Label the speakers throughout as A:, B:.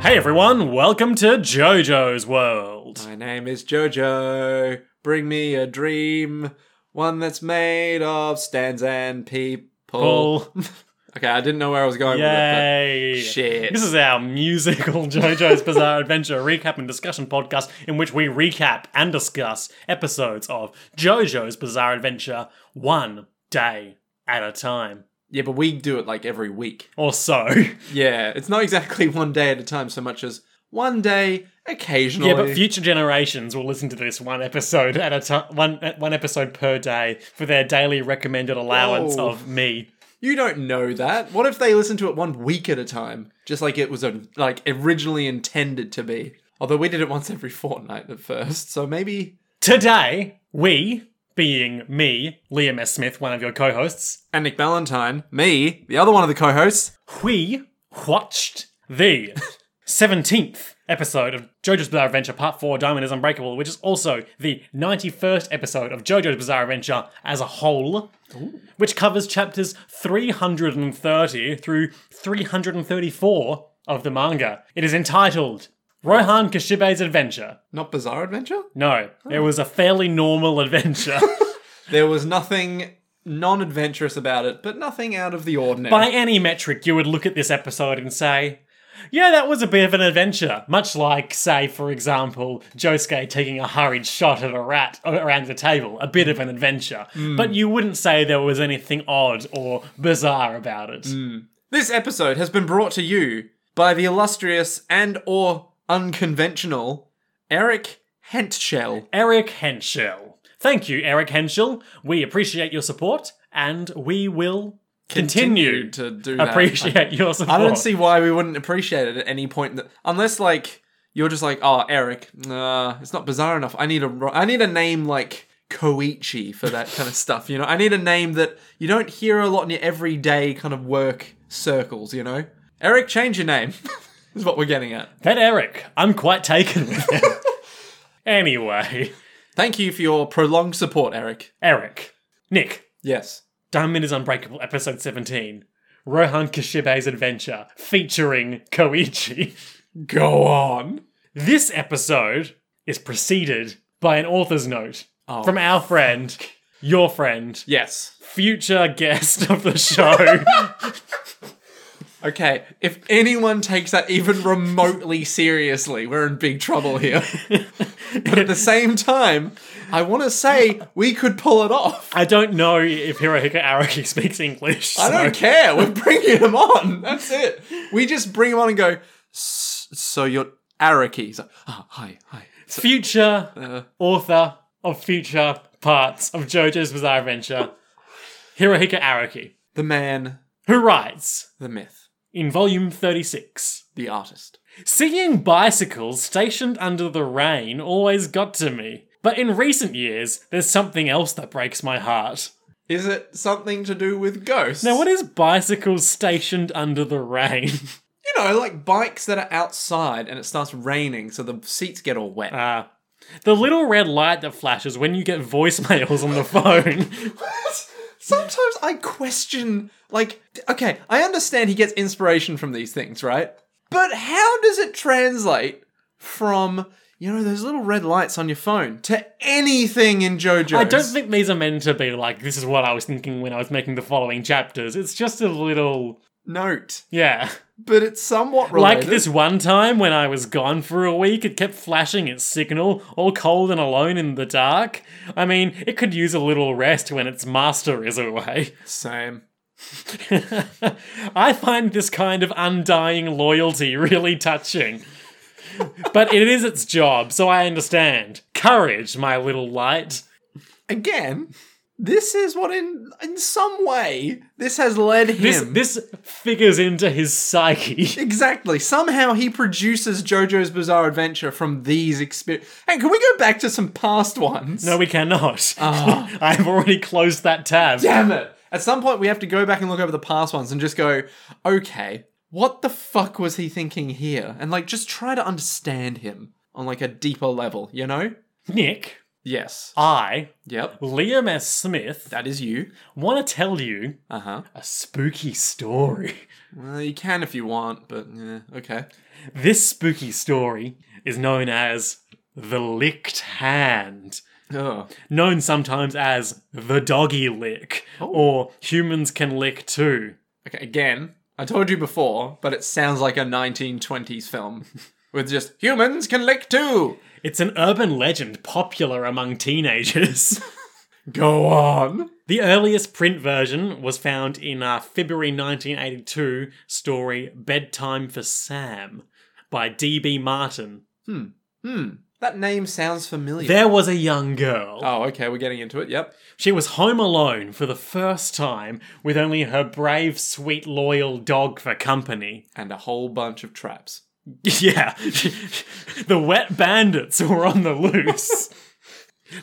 A: Hey everyone, welcome to JoJo's World.
B: My name is Jojo. Bring me a dream, one that's made of stands and people.
A: Paul.
B: Okay, I didn't know where I was going
A: Yay.
B: with it. But shit.
A: This is our musical JoJo's Bizarre Adventure recap and discussion podcast in which we recap and discuss episodes of JoJo's Bizarre Adventure one day at a time.
B: yeah, but we do it like every week.
A: Or so.
B: Yeah, it's not exactly one day at a time so much as one day occasionally.
A: Yeah, but future generations will listen to this one episode at a time, one, one episode per day for their daily recommended allowance
B: Whoa.
A: of me.
B: you don't know that. What if they listen to it one week at a time, just like it was uh, like originally intended to be? Although we did it once every fortnight at first, so maybe
A: Today, we, being me, Liam S. Smith, one of your co hosts,
B: and Nick Valentine, me, the other one of the co-hosts,
A: we watched the 17th episode of JoJo's Bizarre Adventure Part 4 Diamond is Unbreakable, which is also the 91st episode of JoJo's Bizarre Adventure as a whole, which covers chapters 330 through 334 of the manga. It is entitled Rohan Kashibe's Adventure.
B: not Bizarre Adventure.
A: No, it was a fairly normal adventure.
B: There was nothing non-adventurous about it, but nothing out of the ordinary.
A: By any metric, you would look at this episode and say, yeah, that was a bit of an adventure. Much like, say, for example, Josuke taking a hurried shot at a rat around the table. A bit of an adventure.
B: Mm.
A: But you wouldn't say there was anything odd or bizarre about it.
B: Mm. This episode has been brought to you by the illustrious and or unconventional Eric Hentschel.
A: Eric Henschel. Thank you, Eric Henschel. We appreciate your support and we will continue,
B: to do that.
A: appreciate your support.
B: I don't see why we wouldn't appreciate it at any point, that, unless like you're just like, oh, Eric, nah, it's not bizarre enough. I need a, ro- I need a name like Koichi for that kind of stuff. You know, I need a name that you don't hear a lot in your everyday kind of work circles. You know, Eric, change your name. is what we're getting at.
A: That Eric, I'm quite taken with him. anyway,
B: Thank you for your prolonged support, Eric.
A: Eric. Nick,
B: Yes.
A: Diamond is Unbreakable, episode 17. Rohan Kishibe's Adventure, featuring Koichi.
B: Go on.
A: This episode is preceded by an author's note
B: Oh.
A: from our friend, your friend,
B: Yes.
A: future guest of the show.
B: Okay, if anyone takes that even remotely seriously, we're in big trouble here. but at the same time, I want to say we could pull it off.
A: I don't know if Hirohiko Araki speaks English.
B: I
A: so-
B: don't care. We're bringing him on. That's it. We just bring him on and go. "S- So you're Araki. So, oh, hi, hi.
A: Future
B: Uh.
A: author of future parts of JoJo's Bizarre Adventure, Hirohiko Araki,
B: The man,
A: who writes
B: the myth,
A: in volume 36.
B: the artist.
A: Seeing bicycles stationed under the rain always got to me. But in recent years, there's something else that breaks my heart.
B: Is it something to do with ghosts?
A: Now, what is bicycles stationed under the rain?
B: you know, like bikes that are outside and it starts raining, so the seats get all wet.
A: Ah. the little red light that flashes when you get voicemails on the phone.
B: Sometimes I question, like, okay, I understand he gets inspiration from these things, right? But how does it translate from, you know, those little red lights on your phone to anything in JoJo's?
A: I don't think these are meant to be like, this is what I was thinking when I was making the following chapters. It's just a little.
B: Note,
A: Yeah.
B: but it's somewhat related.
A: Like this one time when I was gone for a week, it kept flashing its signal, all cold and alone in the dark. I mean, it could use a little rest when its master is away.
B: Same.
A: I find this kind of undying loyalty really touching. but it is its job, so I understand. Courage, my little light.
B: Again, this is what, in in some way, this has led him.
A: This this figures into his psyche.
B: Exactly. Somehow he produces JoJo's Bizarre Adventure from these experiences. Hey, can we go back to some past ones?
A: No, we cannot. I've already closed that tab.
B: Damn it! At some point, we have to go back and look over the past ones and just go, okay, what the fuck was he thinking here? And like, just try to understand him on like a deeper level, you know?
A: Nick,
B: Yes.
A: I,
B: Yep.
A: Liam S. Smith,
B: That is you.
A: want to tell you
B: Uh huh.
A: a spooky story.
B: Well, you can if you want, but yeah, okay.
A: This spooky story is known as the licked hand,
B: Oh.
A: known sometimes as the doggy lick, or humans can lick too.
B: Okay, again, I told you before, but it sounds like a 1920s film with just humans can lick too.
A: It's an urban legend popular among teenagers.
B: Go on.
A: the earliest print version was found in a February 1982 story Bedtime for Sam by D.B. Martin.
B: Hmm. That name sounds familiar.
A: There was a young girl.
B: oh, okay, we're getting into it. Yep.
A: She was home alone for the first time with only her brave, sweet, loyal dog for company.
B: And a whole bunch of traps.
A: Yeah, the wet bandits were on the loose.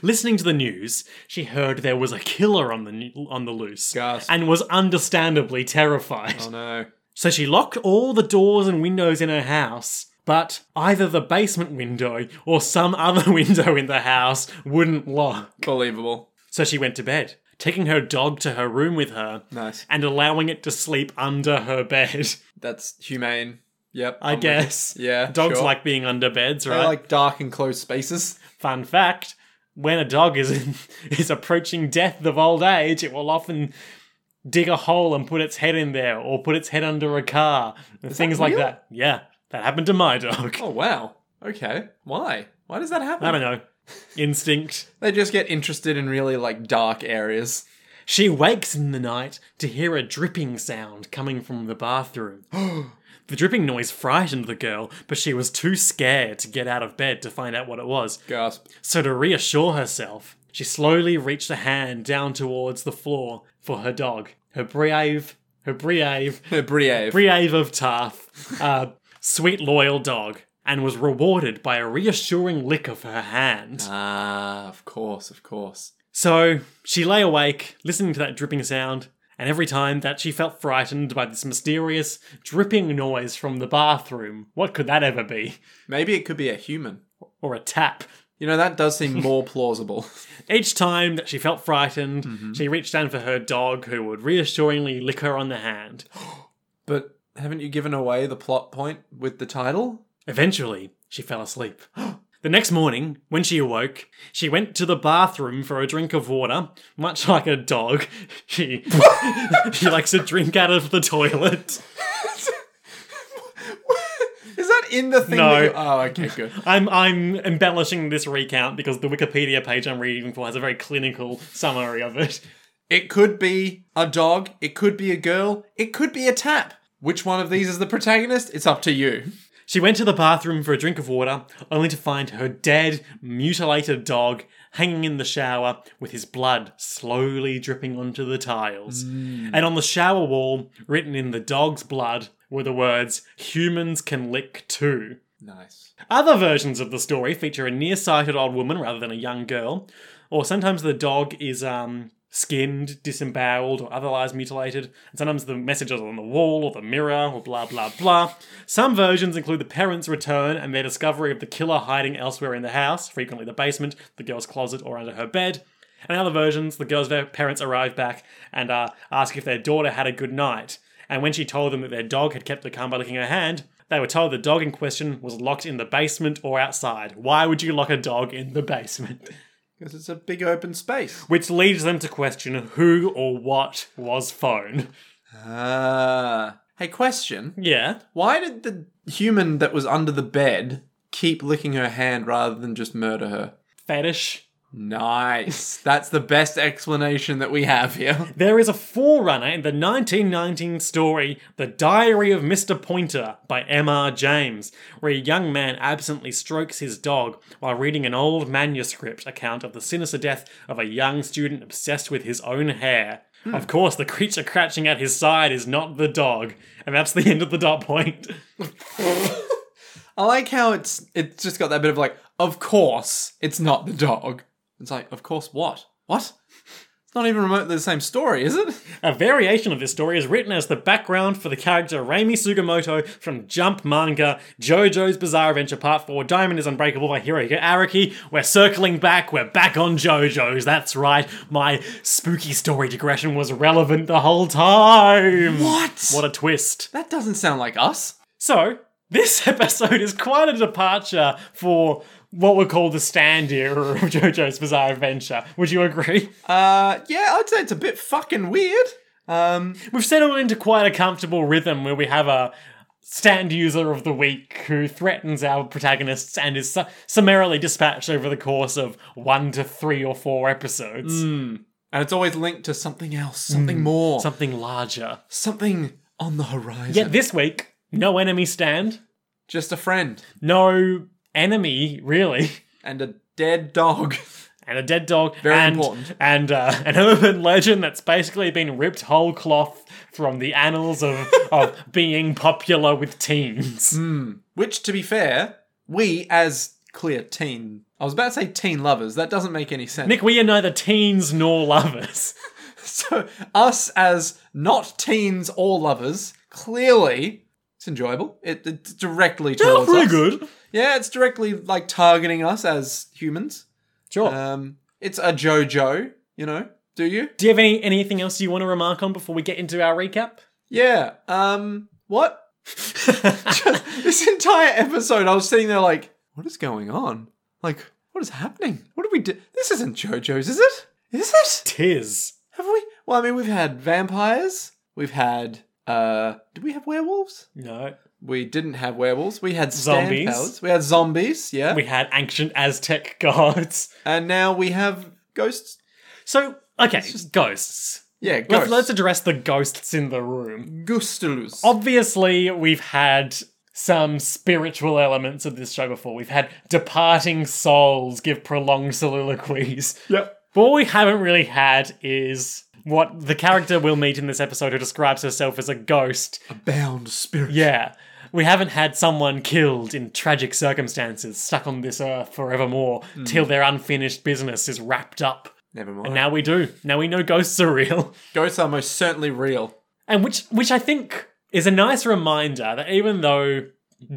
A: Listening to the news, she heard there was a killer on the on the loose
B: Gasp.
A: and was understandably terrified.
B: Oh no.
A: So she locked all the doors and windows in her house, but either the basement window or some other window in the house wouldn't lock.
B: Believable.
A: So she went to bed, taking her dog to her room with her
B: Nice.
A: and allowing it to sleep under her bed.
B: That's humane. Yep.
A: I
B: I'm with you.
A: guess.
B: Oh Yeah,
A: Dogs
B: sure.
A: like being under beds,
B: I
A: right?
B: like dark enclosed spaces.
A: Fun fact when a dog is, in, is approaching death of old age, it will often dig a hole and put its head in there or put its head under a car and things like
B: real?
A: that. Yeah, that happened to my dog.
B: Oh wow. Okay. Why? Why does that happen?
A: I don't know. Instinct.
B: They just get interested in really like dark areas.
A: She wakes in the night to hear a dripping sound coming from the bathroom. the dripping noise frightened the girl, but she was too scared to get out of bed to find out what it was.
B: Gasp.
A: So, to reassure herself, she slowly reached a hand down towards the floor for her dog, her brave, her brave,
B: Brave.
A: brave of Tarth, uh, sweet loyal dog, and was rewarded by a reassuring lick of her hand.
B: ah, of course, of course.
A: So she lay awake, listening to that dripping sound, and every time that she felt frightened by this mysterious dripping noise from the bathroom, what could that ever be?
B: Maybe it could be a human.
A: Or a tap.
B: You know, that does seem more plausible.
A: Each time that she felt frightened, she reached down for her dog, who would reassuringly lick her on the hand.
B: But haven't you given away the plot point with the title?
A: Eventually, she fell asleep. The next morning, when she awoke, she went to the bathroom for a drink of water. Much like a dog, she she likes to drink out of the toilet.
B: Is that in the thing?
A: No.
B: that you- oh, okay, good.
A: I'm I'm embellishing this recount because the Wikipedia page I'm reading for has a very clinical summary of it.
B: It could be a dog. It could be a girl. It could be a tap. Which one of these is the protagonist? It's up to you.
A: She went to the bathroom for a drink of water, only to find her dead, mutilated dog hanging in the shower with his blood slowly dripping onto the tiles. And on the shower wall, written in the dog's blood, were the words, Humans can lick too.
B: Nice.
A: Other versions of the story feature a nearsighted old woman rather than a young girl, or sometimes the dog is um, skinned, disemboweled, or otherwise mutilated, and sometimes the messages are on the wall or the mirror or blah blah blah. Some versions include the parents' return and their discovery of the killer hiding elsewhere in the house, frequently the basement, the girl's closet, or under her bed. And in other versions, the girl's parents arrive back and uh, ask if their daughter had a good night. And when she told them that their dog had kept her calm by licking her hand, they were told the dog in question was locked in the basement or outside. Why would you lock a dog in the basement?
B: Because it's a big open space.
A: Which leads them to question who or what was phone.
B: Ah. Hey, question.
A: Yeah.
B: Why did the human that was under the bed keep licking her hand rather than just murder her?
A: Fetish.
B: Nice. That's the best explanation that we have here.
A: There is a forerunner in the 1919 story, The Diary of Mr. Pointer by M.R. James, where a young man absently strokes his dog while reading an old manuscript account of the sinister death of a young student obsessed with his own hair. Of course, the creature crouching at his side is not the dog, and that's the end of the dot point.
B: I like how it's it's just got that bit of like, of course, it's not the dog. It's like, of course, what? What? It's not even remotely the same story, is it?
A: A variation of this story is written as the background for the character Raimi Sugamoto from Jump manga JoJo's Bizarre Adventure Part 4 Diamond is Unbreakable by Hiroyuki Araki. We're circling back, we're back on JoJo's. That's right, my spooky story digression was relevant the whole time.
B: What?
A: What a twist.
B: That doesn't sound like us.
A: So, this episode is quite a departure for what we call the stand era of JoJo's Bizarre Adventure. Would you agree?
B: Uh, yeah, I'd say it's a bit fucking weird. Um,
A: We've settled into quite a comfortable rhythm where we have a stand user of the week who threatens our protagonists and is su- summarily dispatched over the course of one to three or four episodes.
B: and it's always linked to something else,
A: Hmm.
B: something more,
A: Something larger.
B: something on the horizon.
A: Yet this week, no enemy stand,
B: Just a friend
A: no enemy really,
B: and a dead dog.
A: and a dead dog,
B: Very
A: and
B: important.
A: and uh, an urban legend that's basically been ripped whole cloth from the annals of of being popular with teens.
B: Which, to be fair, we as clear teen. I was about to say teen lovers. That doesn't make any sense.
A: Nick, we are neither teens nor lovers.
B: So, us as not teens or lovers, clearly, it's enjoyable. It, it's directly
A: That's
B: towards
A: pretty
B: us.
A: good.
B: Yeah, it's directly like targeting us as humans.
A: Sure.
B: Um, it's a JoJo, you know. Do you?
A: Do you have any anything else you want to remark on before we get into our recap?
B: Yeah. Um, what? this entire episode, I was sitting there like, what is going on? Like, what is happening? What do we do? This isn't JoJo's, is it? Is it?
A: Tis.
B: Have we? Well, I mean, we've had vampires. We've had. uh Did we have werewolves?
A: No.
B: We didn't have werewolves. We had stand
A: Zombies.
B: powers. We had zombies. Yeah.
A: We had ancient Aztec gods.
B: and now we have ghosts.
A: So, okay, ghosts.
B: Yeah,
A: Let's,
B: ghosts.
A: let's address the ghosts in the room.
B: Gustulus.
A: Obviously, we've had some spiritual elements of this show before. We've had departing souls give prolonged soliloquies.
B: Yep.
A: But what we haven't really had is what the character we'll meet in this episode who describes herself as a ghost
B: Bound spirit.
A: Yeah. We haven't had someone killed in tragic circumstances, stuck on this earth forevermore, till their unfinished business is wrapped up.
B: Never mind.
A: And now we do. Now we know ghosts are real.
B: Ghosts are most certainly real.
A: And which which I think is a nice reminder that even though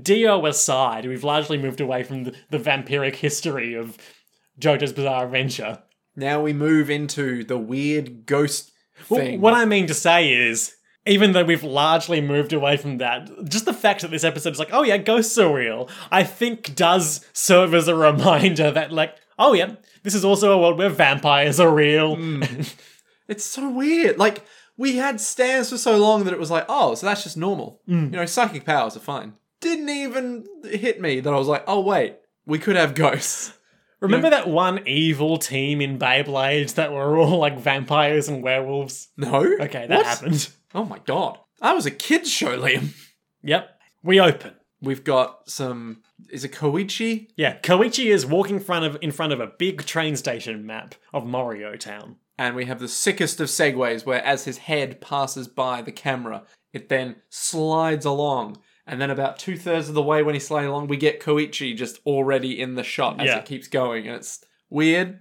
A: Dio aside, we've largely moved away from the, the vampiric history of JoJo's Bizarre Adventure.
B: Now we move into the weird ghost
A: Well,
B: thing.
A: what I mean to say is, even though we've largely moved away from that, just the fact that this episode is like, oh yeah, ghosts are real, I think does serve as a reminder that, like, oh yeah, this is also a world where vampires are real.
B: Hmm, it's so weird. Like we had stands for so long that it was like, oh, so that's just normal.
A: Mm.
B: You know, psychic powers are fine. Didn't even hit me that I was like, oh wait, we could have ghosts.
A: Remember that one evil team in Beyblade that were all like vampires and werewolves?
B: No.
A: Okay, that
B: What?
A: happened.
B: Oh my god, that was a kids show, Liam.
A: Yep. We open.
B: We've got some. Is it Koichi?
A: Yeah, Koichi is walking front of in front of a big train station map of Morio Town.
B: And we have the sickest of segues where as his head passes by the camera, it then slides along. And then about two thirds of the way when he's sliding along, we get Koichi just already in the shot as
A: Yeah.
B: it keeps going. And it's weird.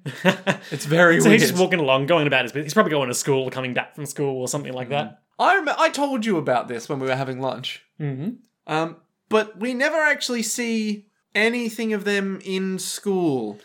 B: It's very
A: So
B: weird.
A: he's just walking along, going about his business. He's probably going to school, coming back from school, or something like that.
B: I, rem- I told you about this when we were having lunch.
A: Mm-hmm.
B: Um, but we never actually see anything of them in school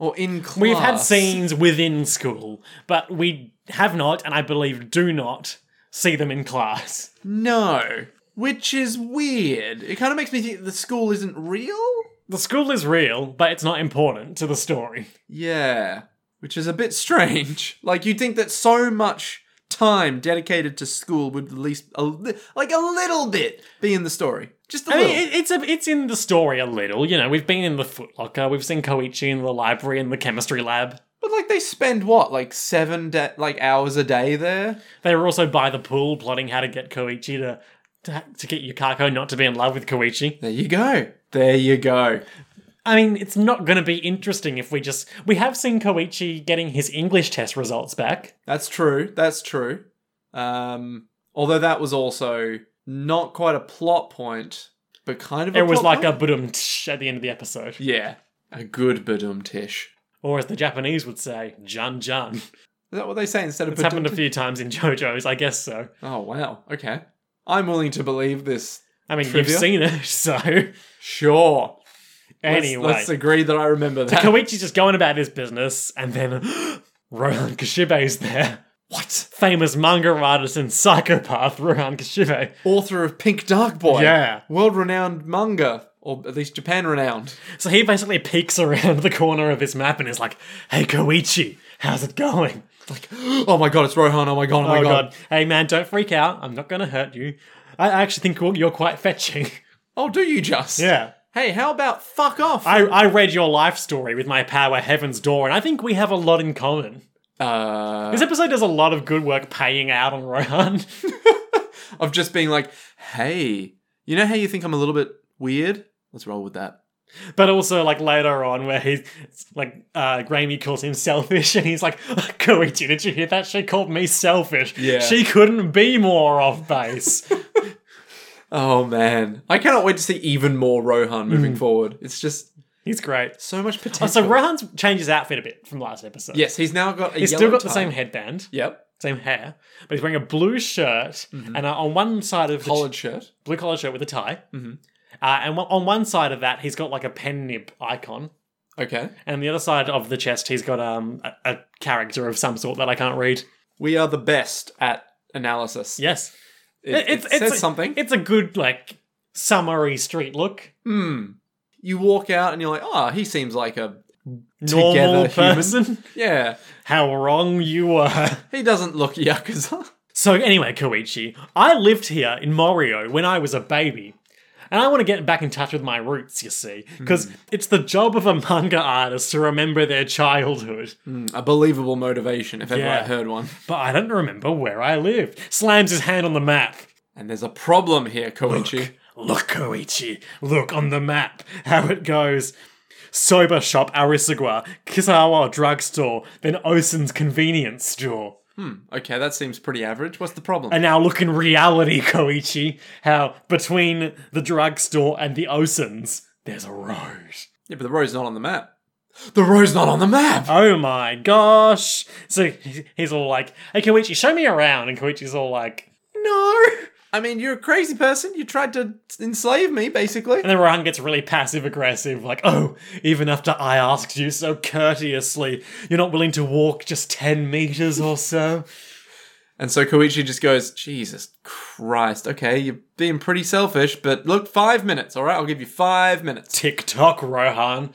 B: or in class.
A: We've had scenes within school, but we have not, and I believe do not, see them in class.
B: No. Which is weird. It kind of makes me think the school isn't real?
A: The school is real, but it's not important to the story.
B: Yeah, which is a bit strange. Like you'd think that so much time dedicated to school would at least a li- like a little bit be in the story. Just a
A: I
B: little.
A: mean, it, it's a, it's in the story a little. You know, we've been in the Footlocker, we've seen Koichi in the library and the chemistry lab.
B: but like they spend what like seven da like hours a day there.
A: They were also by the pool plotting how to get Koichi to to, ha- to get Yukako not to be in love with Koichi.
B: There you go. There you go.
A: I mean, it's not going to be interesting if we just. We have seen Koichi getting his English test results back.
B: That's true. That's true. Um, although that was also not quite a plot point, but kind of. A
A: It was
B: plot
A: like a
B: point.
A: budum tsh at the end of the episode.
B: yeah, a good badum tish.
A: Or as the Japanese would say, jun jun.
B: Is that what they say instead of
A: It's happened a few times in JoJo's, I guess so.
B: Oh wow. Okay. I'm willing to believe this.
A: I mean,
B: Trivia?
A: you've seen it, so
B: Sure. Let's-
A: anyway.
B: Let's, agree that I remember that.
A: Koichi's just going about his business, and then Rohan Kashibe's there.
B: what?
A: Famous manga artist and psychopath Rohan Kashibe.
B: Author of Pink Dark Boy.
A: Yeah.
B: World renowned manga. Or at least Japan renowned.
A: So he basically peeks around the corner of his map and is like, "Hey Koichi, how's it going?"
B: Like, oh my god, it's Rohan. Oh my god, oh my
A: Oh
B: god.
A: god. Hey man, don't freak out. I'm not gonna hurt you. I actually think well, you're quite fetching.
B: Oh, do you just?
A: Yeah.
B: Hey, how about fuck off?
A: I, I read your life story with my power, Heaven's Door, and I think we have a lot in common.
B: uh,
A: This episode does a lot of good work paying out on Rohan.
B: of just being like, hey, you know how you think I'm a little bit weird? Let's roll with that.
A: But also, like later on, where he's like, uh, Raimi calls him selfish, and he's like, Koichi, did you hear that? She called me selfish.
B: Yeah.
A: She couldn't be more off base.
B: Oh man, I cannot wait to see even more Rohan moving forward. It's just
A: he's great.
B: so much potential.
A: Hmm. Oh, so Rohan's changed his outfit a bit from last episode.
B: yes, he's now got. A
A: He's still
B: yellow
A: got the
B: tie.
A: same headband,
B: Yep,
A: same hair, but he's wearing a blue shirt,
B: Mm-hmm.
A: and uh, on one side of the
B: collared shirt.
A: blue collar shirt with a tie.
B: Mm-hmm.
A: Uh, and one- on one side of that, he's got like a pen nib icon,
B: Okay,
A: and the other side of the chest, he's got um a, a character of some sort that I can't read.
B: we are the best at analysis.
A: Yes,
B: it, it says
A: a,
B: something.
A: It's a good like summary street look.
B: Hmm. You walk out and you're like, oh, he seems like a
A: Normal
B: Together human.
A: person.
B: yeah.
A: How wrong you were.
B: He doesn't look yakuza.
A: So anyway, Koichi, I lived here in Morio when I was a baby. And I want to get back in touch with my roots, you see, because it's the job of a manga artist to remember their childhood.
B: Hmm, a believable motivation, if ever I
A: Yeah.
B: heard one.
A: but I don't remember where I lived. Slams his hand on the map.
B: And there's a problem here, Koichi.
A: Look, Koichi, look on the map how it goes. Soba shop Arisagwa, Kisawa drugstore, then Osen's convenience store.
B: Okay, that seems pretty average. What's the problem?
A: And now look in reality, Koichi, how between the drugstore and the Osen's, there's a road.
B: yeah, but the road's not on the map. The road's not on the map!
A: Oh my gosh. So he- he's all like, hey, Koichi, show me around. And Koichi's all like, no.
B: I mean, you're a crazy person. You tried to enslave me, basically.
A: And then Rohan gets really passive aggressive, like, oh, even after I asked you so courteously, you're not willing to walk just 10 meters or so?
B: And so Koichi just goes, Jesus Christ, okay, you're being pretty selfish, but look, five minutes, alright? I'll give you five minutes.
A: Tick tock, Rohan.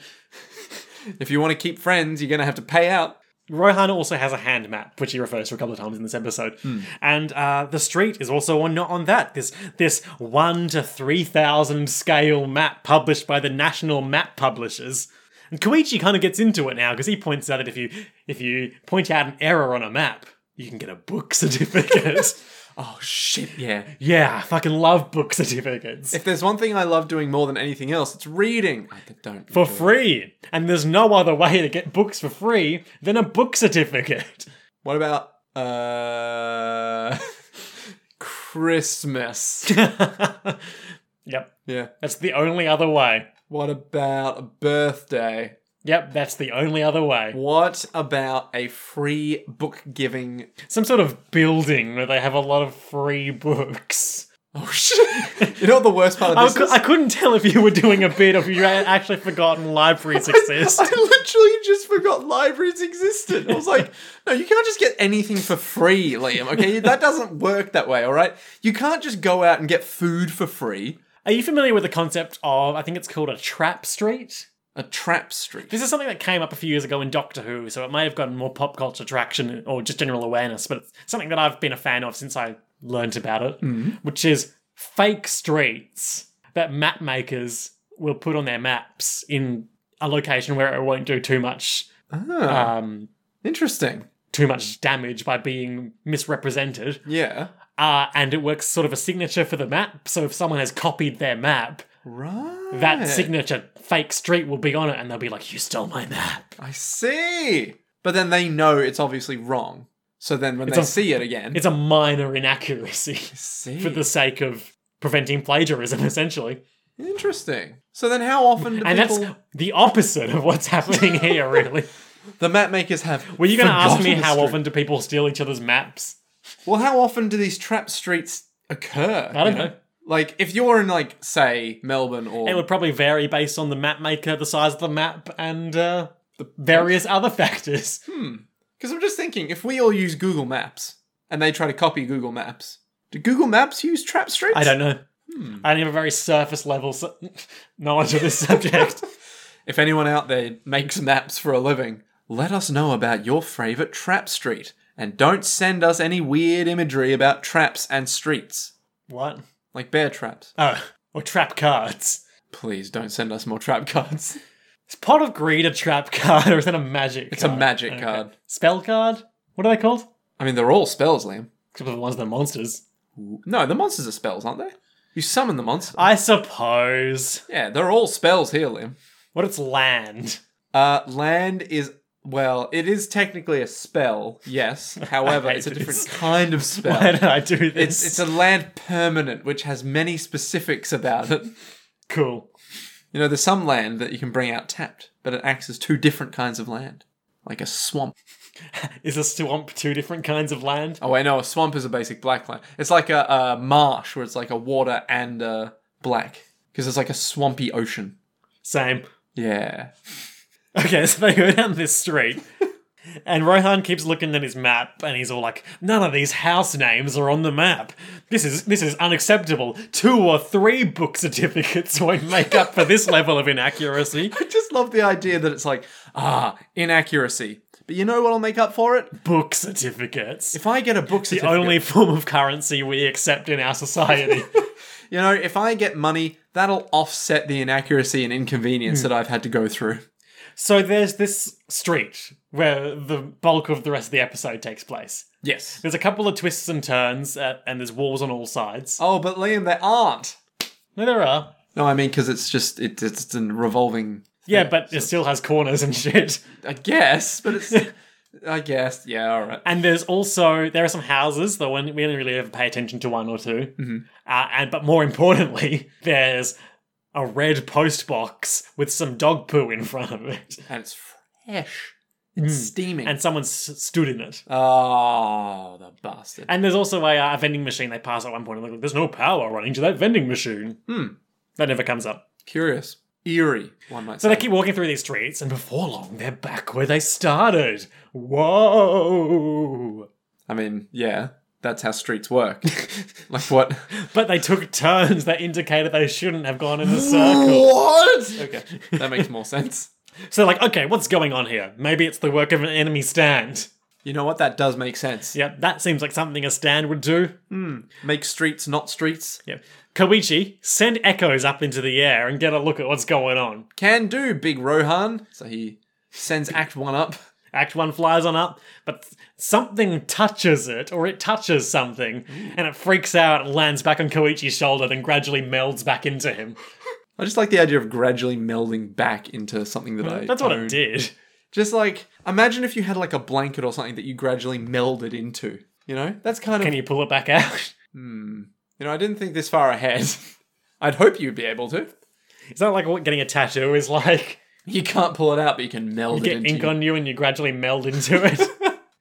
B: If you want to keep friends, you're gonna have to pay out.
A: Rohan also has a hand map, which he refers to a couple of times in this episode. And uh, the street is also on not on that. This this one to three thousand scale map published by the national map publishers. And Koichi kind of gets into it now because he points out that if you if you point out an error on a map, you can get a book certificate.
B: Oh shit, yeah.
A: Yeah, I fucking love book certificates.
B: If there's one thing I love doing more than anything else, it's reading. I d- don't.
A: For free. And there's no other way to get books for free than a book certificate.
B: What about uh Christmas?
A: yep,
B: yeah.
A: that's the only other way.
B: What about a birthday?
A: Yep, that's the only other way.
B: What about a free book giving?
A: Some sort of building where they have a lot of free books.
B: Oh shit! you know what the worst part
A: I,
B: of
A: cou-
B: this
A: I
B: is?
A: couldn't tell if you were doing a bit or if you had actually forgotten libraries exist.
B: I literally just forgot libraries existed. I was like, no, you can't just get anything for free, Liam. Okay, that doesn't work that way. All right, you can't just go out and get food for free.
A: Are you familiar with the concept of, I think it's called a trap street?
B: A trap street.
A: This is something that came up a few years ago in Doctor Who, so it may have gotten more pop culture traction or just general awareness, but it's something that I've been a fan of since I learned about it, which is fake streets that map makers will put on their maps in a location where it won't do too much
B: Ah,
A: um,
B: interesting.
A: too much damage by being misrepresented.
B: Yeah.
A: Uh, and it works sort of a signature for the map, so if someone has copied their map,
B: Right.
A: that signature fake street will be on it and they'll be like, You stole my map.
B: I see. But then they know it's obviously wrong. So then when they
A: a-
B: see it again,
A: It's a minor inaccuracy
B: I see.
A: for the sake of preventing plagiarism, essentially.
B: Interesting. So then how often do
A: And
B: people
A: that's the opposite of what's happening here, really.
B: The map makers have.
A: Were you going to ask me
B: forgotten the
A: how
B: street.
A: often do people steal each other's maps?
B: Well, how often do these trap streets occur?
A: I don't
B: you
A: know.
B: Like, if you're in, like, say, Melbourne or
A: It would probably vary based on the map maker, the size of the map, and uh, the various other factors.
B: Because I'm just thinking, if we all use Google Maps and they try to copy Google Maps, do Google Maps use trap streets?
A: I don't know.
B: Hmm.
A: I only have a very surface level su- knowledge of this subject.
B: If anyone out there makes maps for a living, let us know about your favourite trap street. And don't send us any weird imagery about traps and streets,
A: what?
B: like bear traps.
A: Oh, or trap cards.
B: Please don't send us more trap cards.
A: Is Pot of Greed a trap card or is that a magic
B: It's a magic
A: Okay.
B: card.
A: Spell card? What are they called?
B: I mean, they're all spells, Liam.
A: Except for the ones that are monsters.
B: No, the monsters are spells, aren't they? You summon the monster.
A: I suppose.
B: yeah, they're all spells here, Liam.
A: What it's land?
B: Uh, land is well, it is technically a spell, yes. However,
A: hate
B: it's a
A: this.
B: different kind of
A: Why
B: spell.
A: did I do
B: It's
A: this?
B: it's a land permanent, which has many specifics about it.
A: cool.
B: You know, there's some land that you can bring out tapped, but it acts as two different kinds of land, like a swamp.
A: Is a swamp two different kinds of land?
B: Oh wait, no, a swamp is a basic black land. It's like a, a marsh where it's like a water and a black, because it's like a swampy ocean.
A: Same.
B: Yeah,
A: Okay, so they go down this street. And Rohan keeps looking at his map and he's all like, none of these house names are on the map. This is this is unacceptable. Two or three book certificates won't make up for this level of inaccuracy.
B: I just love the idea that it's like ah inaccuracy. But you know what'll make up for it?
A: Book certificates.
B: If I get a book
A: the
B: certificate,
A: only form of currency we accept in our society.
B: you know, if I get money, that'll offset the inaccuracy and inconvenience
A: Hmm.
B: that I've had to go through.
A: so there's this street where the bulk of the rest of the episode takes place.
B: Yes.
A: There's a couple of twists and turns, uh, and there's walls on all sides.
B: Oh, but Liam, there aren't.
A: No, there are.
B: No, I mean because it's just it, it's it's a revolving.
A: Yeah, but it still has corners and shit.
B: I guess, but it's. I guess. Yeah. All right.
A: And there's also there are some houses, though we we only really ever pay attention to one or 2
B: Mm-hmm.
A: Uh, and but more importantly, there's a red post box with some dog poo in front of it,
B: And it's fresh. It's steaming.
A: Hmm. and someone s- stood in it.
B: oh, the bastard.
A: And there's also a, uh, a vending machine they pass at one point, and they're like, "There's no power running to that vending machine."
B: Hmm.
A: That never comes up.
B: Curious. Eerie. One might
A: So
B: say.
A: they keep walking through these streets, and before long, they're back where they started. Whoa!
B: I mean, yeah. That's how streets work. like what?
A: But they took turns that indicated they shouldn't have gone in a circle.
B: What? Okay, that makes more sense.
A: So, like, okay, what's going on here? Maybe it's the work of an enemy stand.
B: You know what? That does make sense.
A: Yep, that seems like something a stand would do.
B: Make streets not streets.
A: Yep. Koichi, send echoes up into the air and get a look at what's going on.
B: Can do, Big Rohan. So he sends Act One up.
A: Act one flies on up, but something touches it, or it touches something, and it freaks out, lands back on Koichi's shoulder, then gradually melds back into him.
B: I just like the idea of gradually melding back into something that I.
A: That's what
B: own.
A: it did.
B: Just like imagine if you had like a blanket or something that you gradually melded into. You know, that's kind of.
A: Can
B: You-,
A: you pull it back out?
B: know, I didn't think this far ahead. I'd hope you'd be able to.
A: It's not like what getting a tattoo is like.
B: You can't pull it out, but you can meld
A: You
B: it
A: get
B: into.
A: ink
B: you.
A: on you and you gradually meld into it.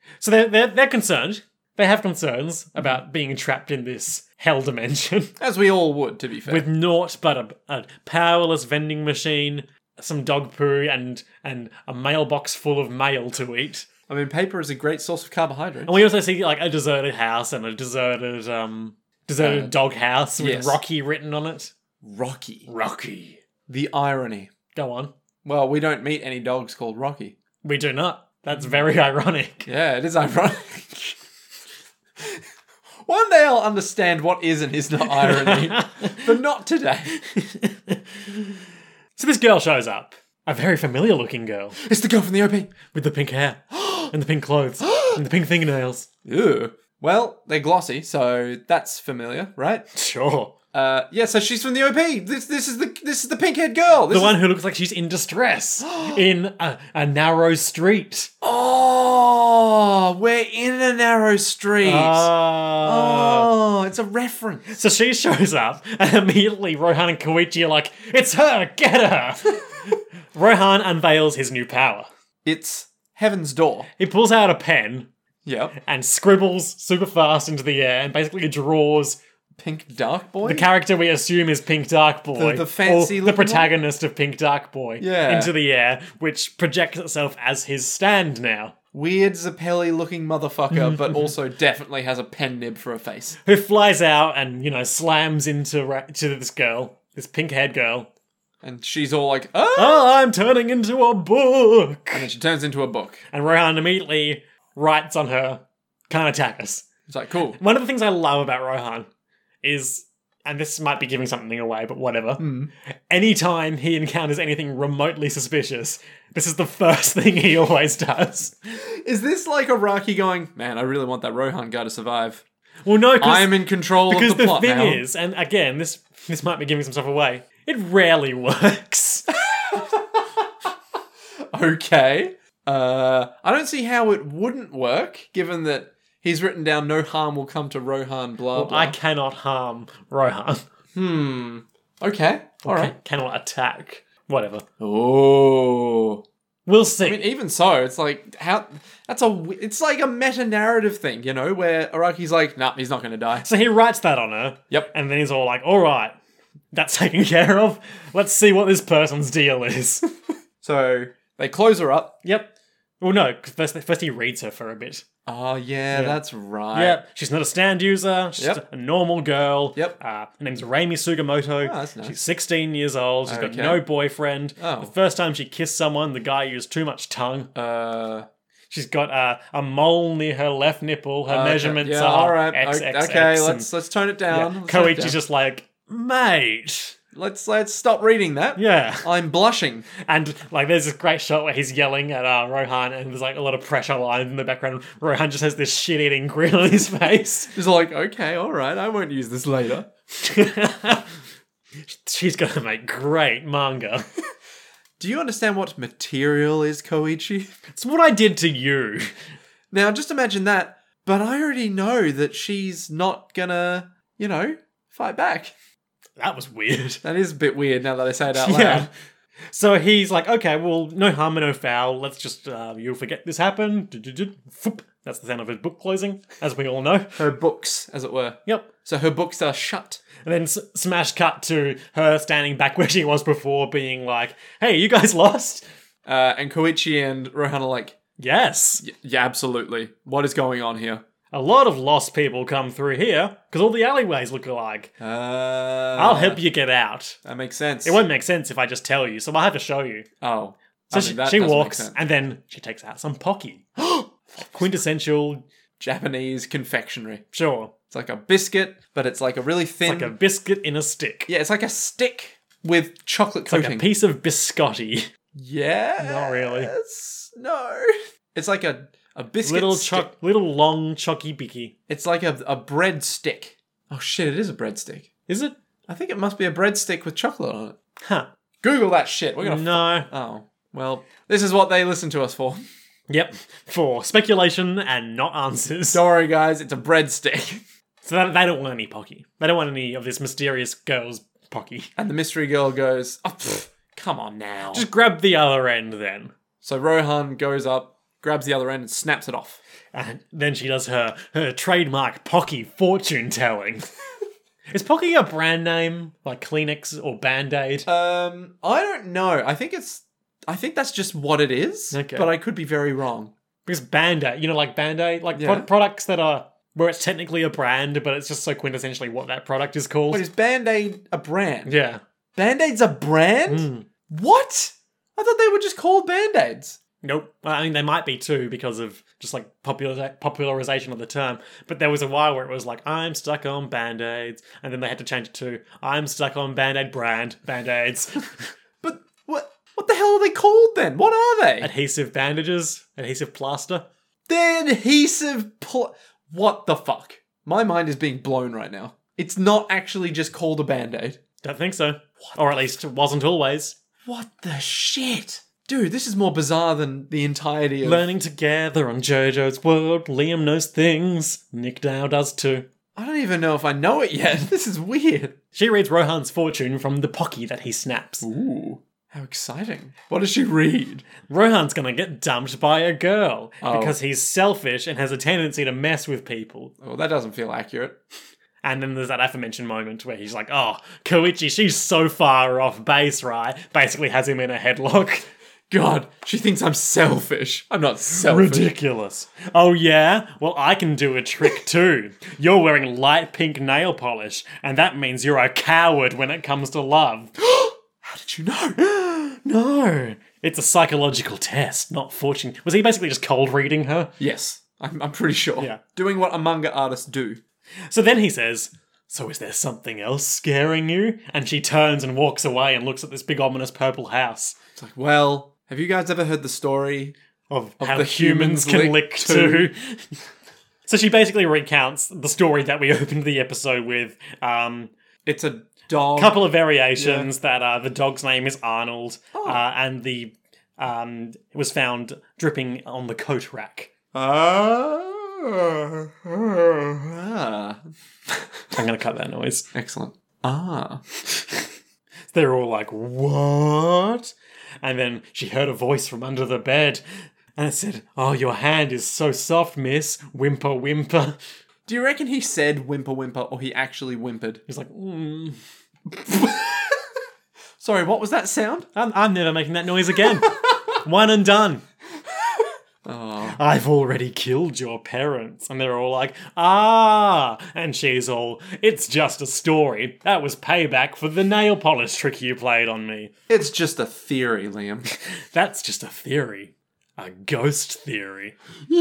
A: so they're, they're, they're concerned. They have concerns about being trapped in this hell dimension
B: As we all would, to be fair.
A: with naught but a, a powerless vending machine, some dog poo, and, and a mailbox full of mail to eat.
B: I mean, paper is a great source of carbohydrate.
A: And we also see like a deserted house and a deserted um deserted dog house with
B: Uh, yes.
A: Rocky written on it.
B: Rocky.
A: Rocky.
B: The irony.
A: Go on.
B: Well, we don't meet any dogs called Rocky.
A: We do not. That's very ironic.
B: Yeah, it is ironic. One day I'll understand what is and is not irony, but not today.
A: So this girl shows up. A very familiar looking girl
B: It's the girl from the OP.
A: with the pink hair and the pink clothes and the pink fingernails.
B: Ew. Well, they're glossy, so that's familiar, right?
A: Sure.
B: Uh, yeah, so she's from the OP. This this is the this is the pink haired girl. This
A: The
B: is-
A: one who looks like she's in distress in a, a narrow street.
B: oh, we're in a narrow street.
A: Ah.
B: oh, it's a reference.
A: So she shows up, and immediately Rohan and Koichi are like, It's her! Get her! Rohan unveils his new power.
B: It's Heaven's Door.
A: He pulls out a pen
B: Yep.
A: and scribbles super fast into the air and basically draws
B: Pink Dark Boy.
A: the character we assume is Pink Dark Boy,
B: The- the fancy
A: or the
B: looking one?
A: protagonist of Pink Dark Boy,
B: Yeah.
A: into the air, which projects itself as his stand now.
B: Weird Zappelli looking motherfucker, but also definitely has a pen nib for a face.
A: Who flies out and you know slams into ra- to this girl, this pink haired girl.
B: And she's all like, oh!
A: Oh, I'm turning into a book,
B: And then she turns into a book.
A: and Rohan immediately writes on her, "Can't attack us."
B: It's like, cool.
A: One of the things I love about Rohan is, and this might be giving something away, but whatever.
B: Hmm.
A: Anytime he encounters anything remotely suspicious, this is the first thing he always does.
B: Is this like Iraqi going, man, I really want that Rohan guy to survive.
A: Well, no,
B: I
A: because
B: am in control of the,
A: the,
B: plot
A: thing
B: now.
A: is, and again, this this might be giving some stuff away. It rarely works.
B: Okay. Uh, I don't see how it wouldn't work, given that he's written down no harm will come to Rohan, blah, blah.
A: I cannot harm Rohan.
B: Hmm. Okay. All right.
A: Can- cannot attack. Whatever.
B: Oh.
A: We'll see.
B: I mean, even so, it's like how that's a w- it's like a meta narrative thing, you know, where Araki's like, nah, he's not gonna die.
A: so he writes that on her.
B: Yep.
A: And then he's all like, all right, that's taken care of. Let's see what this person's deal is.
B: So they close her up.
A: yep. Well, no, 'cause first, first he reads her for a bit.
B: Oh yeah, that's right.
A: Yep. She's not a stand user. She's
B: Yep.
A: just a normal girl.
B: Yep.
A: Uh, her name's Raimi Sugimoto.
B: Oh, that's nice.
A: She's 16 years old. She's got
B: Okay.
A: no boyfriend.
B: Oh.
A: The first time she kissed someone, the guy used too much tongue.
B: Uh,
A: She's got uh, a mole near her left nipple. Her
B: okay.
A: measurements
B: Yeah,
A: are
B: all right.
A: XXX.
B: okay, okay,
A: and-
B: let's let's tone it
A: yeah.
B: down. Let's tone it down.
A: Koichi's just like, mate.
B: let's let's stop reading that.
A: Yeah.
B: I'm blushing.
A: And like, there's this great shot where he's yelling at uh, Rohan, and there's like a lot of pressure lines in the background. Rohan just has this shit-eating grin on his face.
B: He's like, okay, all right, I won't use this later.
A: She's gonna make great manga.
B: Do you understand what material is, Koichi?
A: It's what I did to you.
B: Now, just imagine that. But I already know that she's not gonna, you know, fight back.
A: That was weird.
B: That is a bit weird now that I say it out loud.
A: Yeah. So he's like, okay, well, no harm and no foul. Let's just, uh, you'll forget this happened. Du-du-du. Foop. That's the sound of his book closing, as we all know.
B: Her books, as it were.
A: Yep.
B: So her books are shut.
A: And then s- smash cut to her standing back where she was before, being like, hey, you guys lost?
B: Uh, and Koichi and Rohan are like,
A: Yes.
B: "Y- yeah, absolutely. What is going on here?
A: A lot of lost people come through here because all the alleyways look alike.
B: Uh,
A: I'll help you get out.
B: That makes sense.
A: It won't make sense if I just tell you, so I'll have to show you.
B: Oh.
A: So
B: I mean, that
A: she, she
B: does make
A: walks
B: sense.
A: and then she takes out some Pocky. Quintessential,
B: Japanese confectionery.
A: sure.
B: It's like a biscuit, but it's like a really thin.
A: Like a biscuit in a stick.
B: yeah, it's like a stick with chocolate
A: It's
B: coating.
A: like a piece of biscotti.
B: Yeah.
A: Not really.
B: No. It's like a a biscuit.
A: little
B: stick.
A: choc little long chocky bicky.
B: It's like a a bread stick. Oh shit! It is a bread stick.
A: Is it?
B: I think it must be a bread stick with chocolate on it.
A: Huh.
B: Google that shit. We're gonna.
A: No.
B: F- oh well, this is what they listen to us for.
A: Yep. For speculation and not answers.
B: Sorry guys, it's a bread stick.
A: So they, they don't want any Pocky. They don't want any of this mysterious girl's Pocky.
B: And the mystery girl goes, oh, pff, "Come on now."
A: Just grab the other end then.
B: So Rohan goes up, grabs the other end, and snaps it off.
A: And then she does her, her trademark Pocky fortune telling. Is Pocky a brand name? Like Kleenex or Band Aid?
B: Um, I don't know. I think it's. I think that's just what it is.
A: Okay.
B: But I could be very wrong.
A: Because Band Aid, you know, like Band Aid, like
B: Yeah.
A: pro- products that are where it's technically a brand, but it's just so quintessentially what that product is called.
B: Wait, is Band Aid a brand?
A: yeah.
B: Band Aid's a brand?
A: Mm.
B: What? I thought they were just called Band Aids.
A: Nope. Well, I mean, they might be too because of just like popular popularization of the term. But there was a while where it was like, I'm stuck on band aids. And then they had to change it to, I'm stuck on band aid brand band aids.
B: But what? What the hell are they called then? What are they?
A: adhesive bandages, adhesive plaster.
B: They're adhesive. Pl- what the fuck? My mind is being blown right now. It's not actually just called a Band Aid.
A: Don't think so. Or at least it wasn't always.
B: What the shit? Dude, this is more bizarre than the entirety of.
A: Learning together on JoJo's World. Liam knows things. Nick Dow does too.
B: I don't even know if I know it yet. This is weird.
A: She reads Rohan's fortune from the pocky that he snaps.
B: Ooh. How exciting. What does she read?
A: Rohan's gonna get dumped by a girl
B: Oh.
A: because he's selfish and has a tendency to mess with people.
B: Well, that doesn't feel accurate.
A: And then there's that aforementioned moment where he's like, oh, Koichi, she's so far off base, right? Basically has him in a headlock.
B: God, she thinks I'm selfish. I'm not selfish.
A: Ridiculous. Oh, yeah? Well, I can do a trick too. You're wearing light pink nail polish, and that means you're a coward when it comes to love.
B: How did you know?
A: No. It's a psychological test, not fortune. Was he basically just cold reading her?
B: yes, I'm, I'm pretty sure.
A: Yeah.
B: Doing what a manga artists do.
A: So then he says, So is there something else scaring you? And she turns and walks away and looks at this big ominous purple house.
B: It's like, well, have you guys ever heard the story?
A: of, how
B: the
A: humans,
B: humans
A: can lick,
B: lick
A: too. so she basically recounts the story that we opened the episode with. Um,
B: It's a dog.
A: a couple of variations that uh, the dog's name is Arnold, uh, and the um, it was found dripping on the coat rack.
B: Ah. Ah.
A: I'm gonna cut that noise.
B: Excellent. Ah.
A: They're all like, "What?" And then she heard a voice from under the bed, and it said, "Oh, your hand is so soft, Miss. Whimper, whimper."
B: Do you reckon he said whimper whimper or he actually whimpered?
A: He's like, mm,
B: Sorry, what was that sound?
A: I'm, I'm never making that noise again. One and done. I've already killed your parents. And they're all like, ah. And she's all, it's just a story. That was payback for the nail polish trick you played on me.
B: It's just a theory, Liam.
A: That's just a theory. A ghost theory. so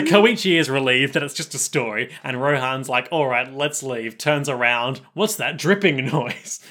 A: Koichi is relieved that it's just a story, and Rohan's like, alright, let's leave. Turns around. What's that dripping noise?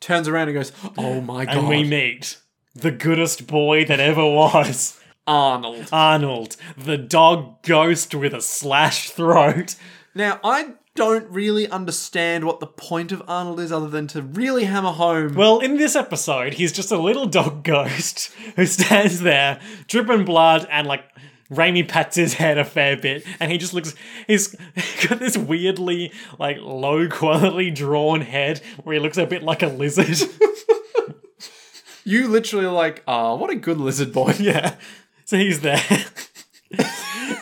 B: Turns around and goes, Oh my god.
A: And we meet the goodest boy that ever was.
B: Arnold.
A: Arnold, the dog ghost with a slashed throat.
B: Now, I don't really understand what the point of Arnold is other than to really hammer home.
A: Well, in this episode, he's just a little dog ghost who stands there, dripping blood, and like Raimi pats his head a fair bit, and he just looks. He's got this weirdly like low quality drawn head where he looks a bit like a lizard.
B: you literally are like, ah, what a good lizard boy.
A: yeah, so he's there.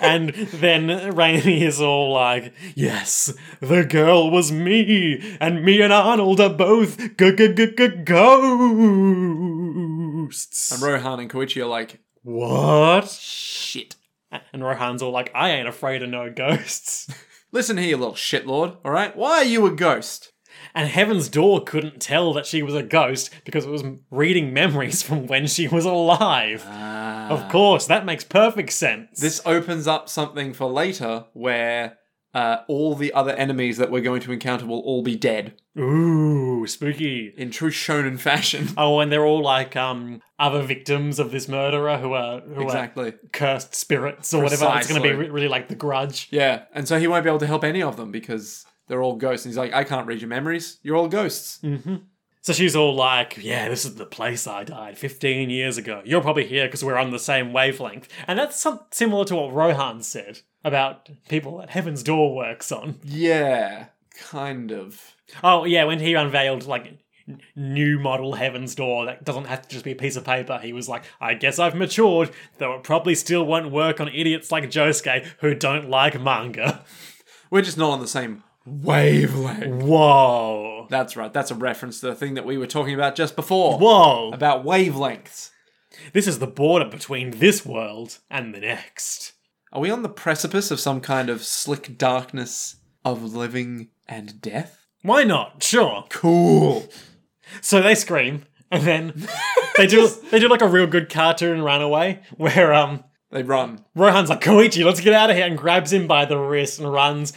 A: and then Raimi is all like, "Yes, the girl was me, and me and Arnold are both g g g g ghosts."
B: And Rohan and Koichi are like,
A: What?
B: shit.
A: And Rohan's all like, I ain't afraid of no ghosts.
B: Listen here, you little shitlord, alright? Why are you a ghost?
A: And Heaven's Door couldn't tell that she was a ghost because it was reading memories from when she was alive. of course, that makes perfect sense.
B: Ah. This opens up something for later where uh, all the other enemies that we're going to encounter will all be dead
A: Ooh, spooky.
B: in true shonen fashion.
A: Oh, and they're all like um other victims of this murderer who are who
B: Exactly.
A: are cursed spirits or whatever. It's going to be
B: Precisely.
A: re- really like the Grudge.
B: Yeah, and so he won't be able to help any of them because they're all ghosts. And he's like, I can't read your memories. You're all ghosts.
A: So she's all like, Yeah, this is the place I died 15 years ago. You're probably here because we're on the same wavelength. And that's some- similar to what Rohan said about people that Heaven's Door works on.
B: Yeah, kind of.
A: Oh, yeah, when he unveiled, like, n- new model Heaven's Door that doesn't have to just be a piece of paper, he was like, I guess I've matured, though it probably still won't work on idiots like Josuke who don't like manga.
B: We're just not on the same wavelength.
A: Whoa.
B: That's right. That's a reference to the thing that we were talking about just before
A: Whoa.
B: about wavelengths.
A: This is the border between this world and the next.
B: Are we on the precipice of some kind of slick darkness of living and death?
A: Why not? Sure.
B: Cool.
A: So they scream, and then they do they do like a real good cartoon runaway where um
B: They run.
A: Rohan's like Koichi, let's get out of here, and grabs him by the wrist and runs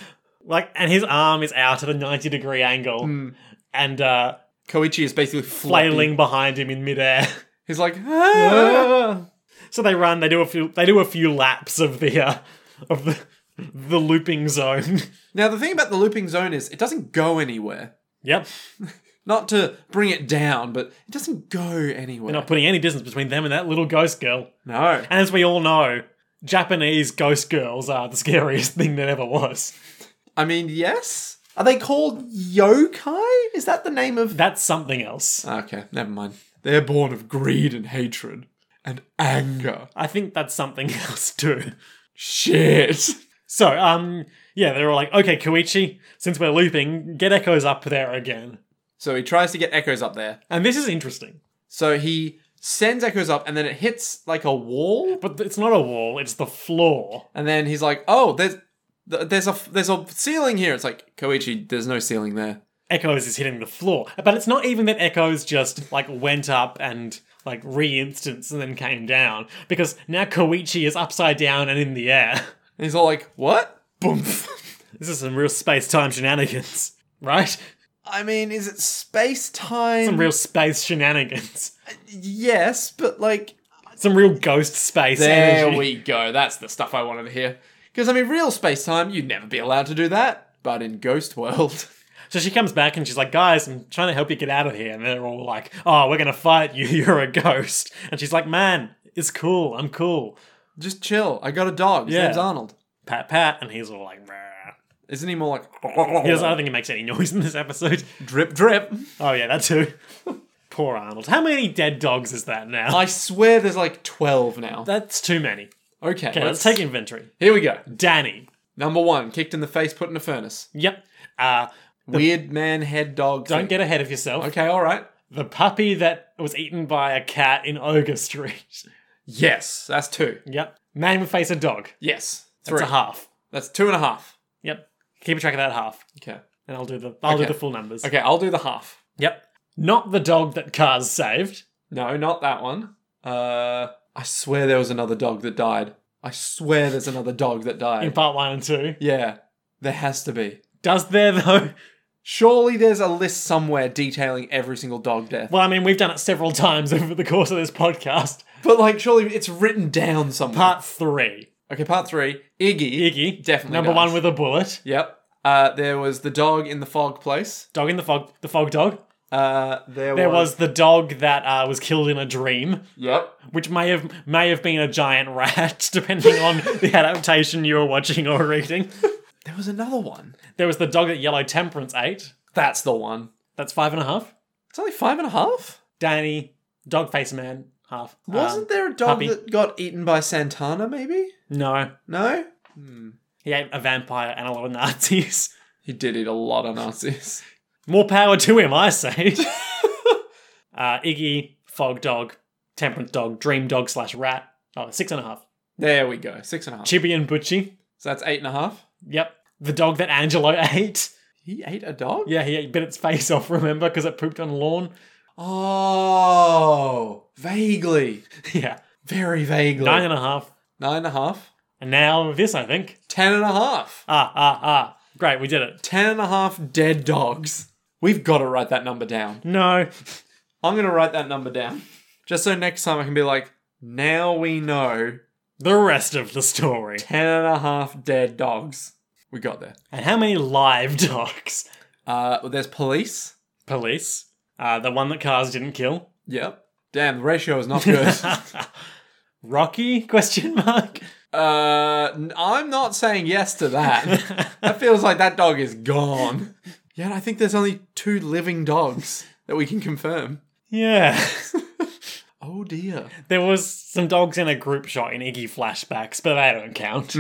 A: like, and his arm is out at a ninety degree angle, and uh,
B: Koichi is basically floppy.
A: flailing behind him in midair.
B: He's like, ah.
A: so they run, they do a few they do a few laps of the uh, of the the looping zone.
B: now the thing about the looping zone is it doesn't go anywhere.
A: yep,
B: Not to bring it down, but it doesn't go anywhere.
A: not putting any distance between them and that little ghost girl.
B: no.
A: And as we all know, Japanese ghost girls are the scariest thing that ever was.
B: I mean, yes. Are they called yokai? Is that the name of?
A: That's something else.
B: Okay, never mind. They're born of greed and hatred and anger.
A: I think that's something else too.
B: Shit.
A: So, um, yeah, they were like, okay, Koichi, since we're looping, get Echoes up there again.
B: So he tries to get Echoes up there.
A: And this is interesting,
B: So he sends Echoes up and then it hits like a wall.
A: but it's not a wall, it's the floor.
B: And then he's like, oh, there's. th- There's a there's a ceiling here. It's like Koichi. There's no ceiling there.
A: Echoes is hitting the floor. But it's not even that Echoes just, like, went up and, like, re instanced and then came down, because now Koichi is upside down and in the air.
B: And he's all like, what? Boom.
A: This is some real space time shenanigans, right?
B: I mean, is it space time?
A: Some real space shenanigans.
B: yes, but like
A: Some real ghost space
B: There
A: energy.
B: we go. That's the stuff I wanted to hear. Because I mean, real space time, you'd never be allowed to do that. But in Ghost World,
A: So she comes back and she's like, guys, I'm trying to help you get out of here. And they're all like, oh, we're going to fight you. You're a ghost. And she's like, man, it's cool. I'm cool.
B: just chill. I got a dog. His
A: Yeah.
B: name's Arnold.
A: Pat, pat. And he's all like, "Rah."
B: Isn't he more
A: he doesn't, I
B: like
A: don't think he makes any noise in this episode.
B: drip drip?
A: Oh, yeah, that too. Poor Arnold. How many dead dogs is that now?
B: I swear, there's like twelve now.
A: That's too many.
B: Okay,
A: Okay, let's take inventory.
B: Here we go.
A: Danny.
B: Number one, kicked in the face, put in a furnace.
A: Yep. Uh,
B: Weird man head dog.
A: don't get ahead of yourself.
B: Okay, all right.
A: The puppy that was eaten by a cat in Ogre Street.
B: Yes, that's two.
A: yep. Man with face of dog.
B: Yes, three.
A: That's a half.
B: That's two and a half.
A: Yep. Keep track of that half.
B: Okay.
A: And I'll do the I'll
B: Okay.
A: do the full numbers.
B: Okay, I'll do the half.
A: Yep. Not the dog that Cars saved.
B: No, not that one. Uh, I swear there was another dog that died. I swear there's another dog that
A: In
B: died.
A: part one and two.
B: Yeah, there has to be.
A: Does there though?
B: Surely there's a list somewhere detailing every single dog death.
A: Well, I mean, we've done it several times over the course of this podcast.
B: But like, surely it's written down somewhere.
A: Part three.
B: okay, part three. Iggy.
A: Iggy.
B: Definitely
A: Number
B: does.
A: one with a bullet.
B: Yep. Uh, there was the dog in the fog place.
A: Dog in the fog the fog dog.
B: Uh, there,
A: There was the dog that uh, was killed in a dream,
B: Yep.
A: which may have may have been a giant rat, depending on the adaptation you were watching or reading.
B: There was another one.
A: There was the dog that Yellow Temperance ate.
B: That's the one.
A: That's five and a half.
B: It's only five and a half.
A: Danny, dog face man, half. Um,
B: Wasn't there a dog
A: puppy.
B: that got eaten by Santana? Maybe.
A: No.
B: No.
A: He ate a vampire and a lot of Nazis.
B: He did eat a lot of Nazis.
A: More power to him, I say. uh, Iggy, Fog Dog, Temperance Dog, Dream Dog slash Rat. Oh, six and a half.
B: There we go. Six and a half.
A: Chibi and Butchie.
B: So that's eight and a half.
A: Yep. The dog that Angelo ate.
B: He ate a dog?
A: Yeah, he bit its face off, remember, because it pooped on the lawn.
B: Oh, vaguely.
A: Yeah.
B: Very vaguely.
A: Nine and a half.
B: Nine and a half.
A: And now this, I think.
B: Ten and a half.
A: Ah, ah, ah. Great, we did it.
B: Ten and a half dead dogs. We've got to write that number down.
A: No.
B: I'm going to write that number down. Just so next time I can be like, now we know
A: The rest of the story.
B: ten and a half dead dogs. We got there.
A: And how many live dogs?
B: Uh, there's police.
A: Police. Uh, the one that Cars didn't kill.
B: Yep. Damn, the ratio is not good.
A: Rocky? Question mark.
B: Uh, n- I'm not saying yes to that. that feels like that dog is gone. Yeah, I think there's only two living dogs that we can confirm.
A: Yeah,
B: Oh dear.
A: there was some dogs in a group shot in Iggy flashbacks, but they don't count.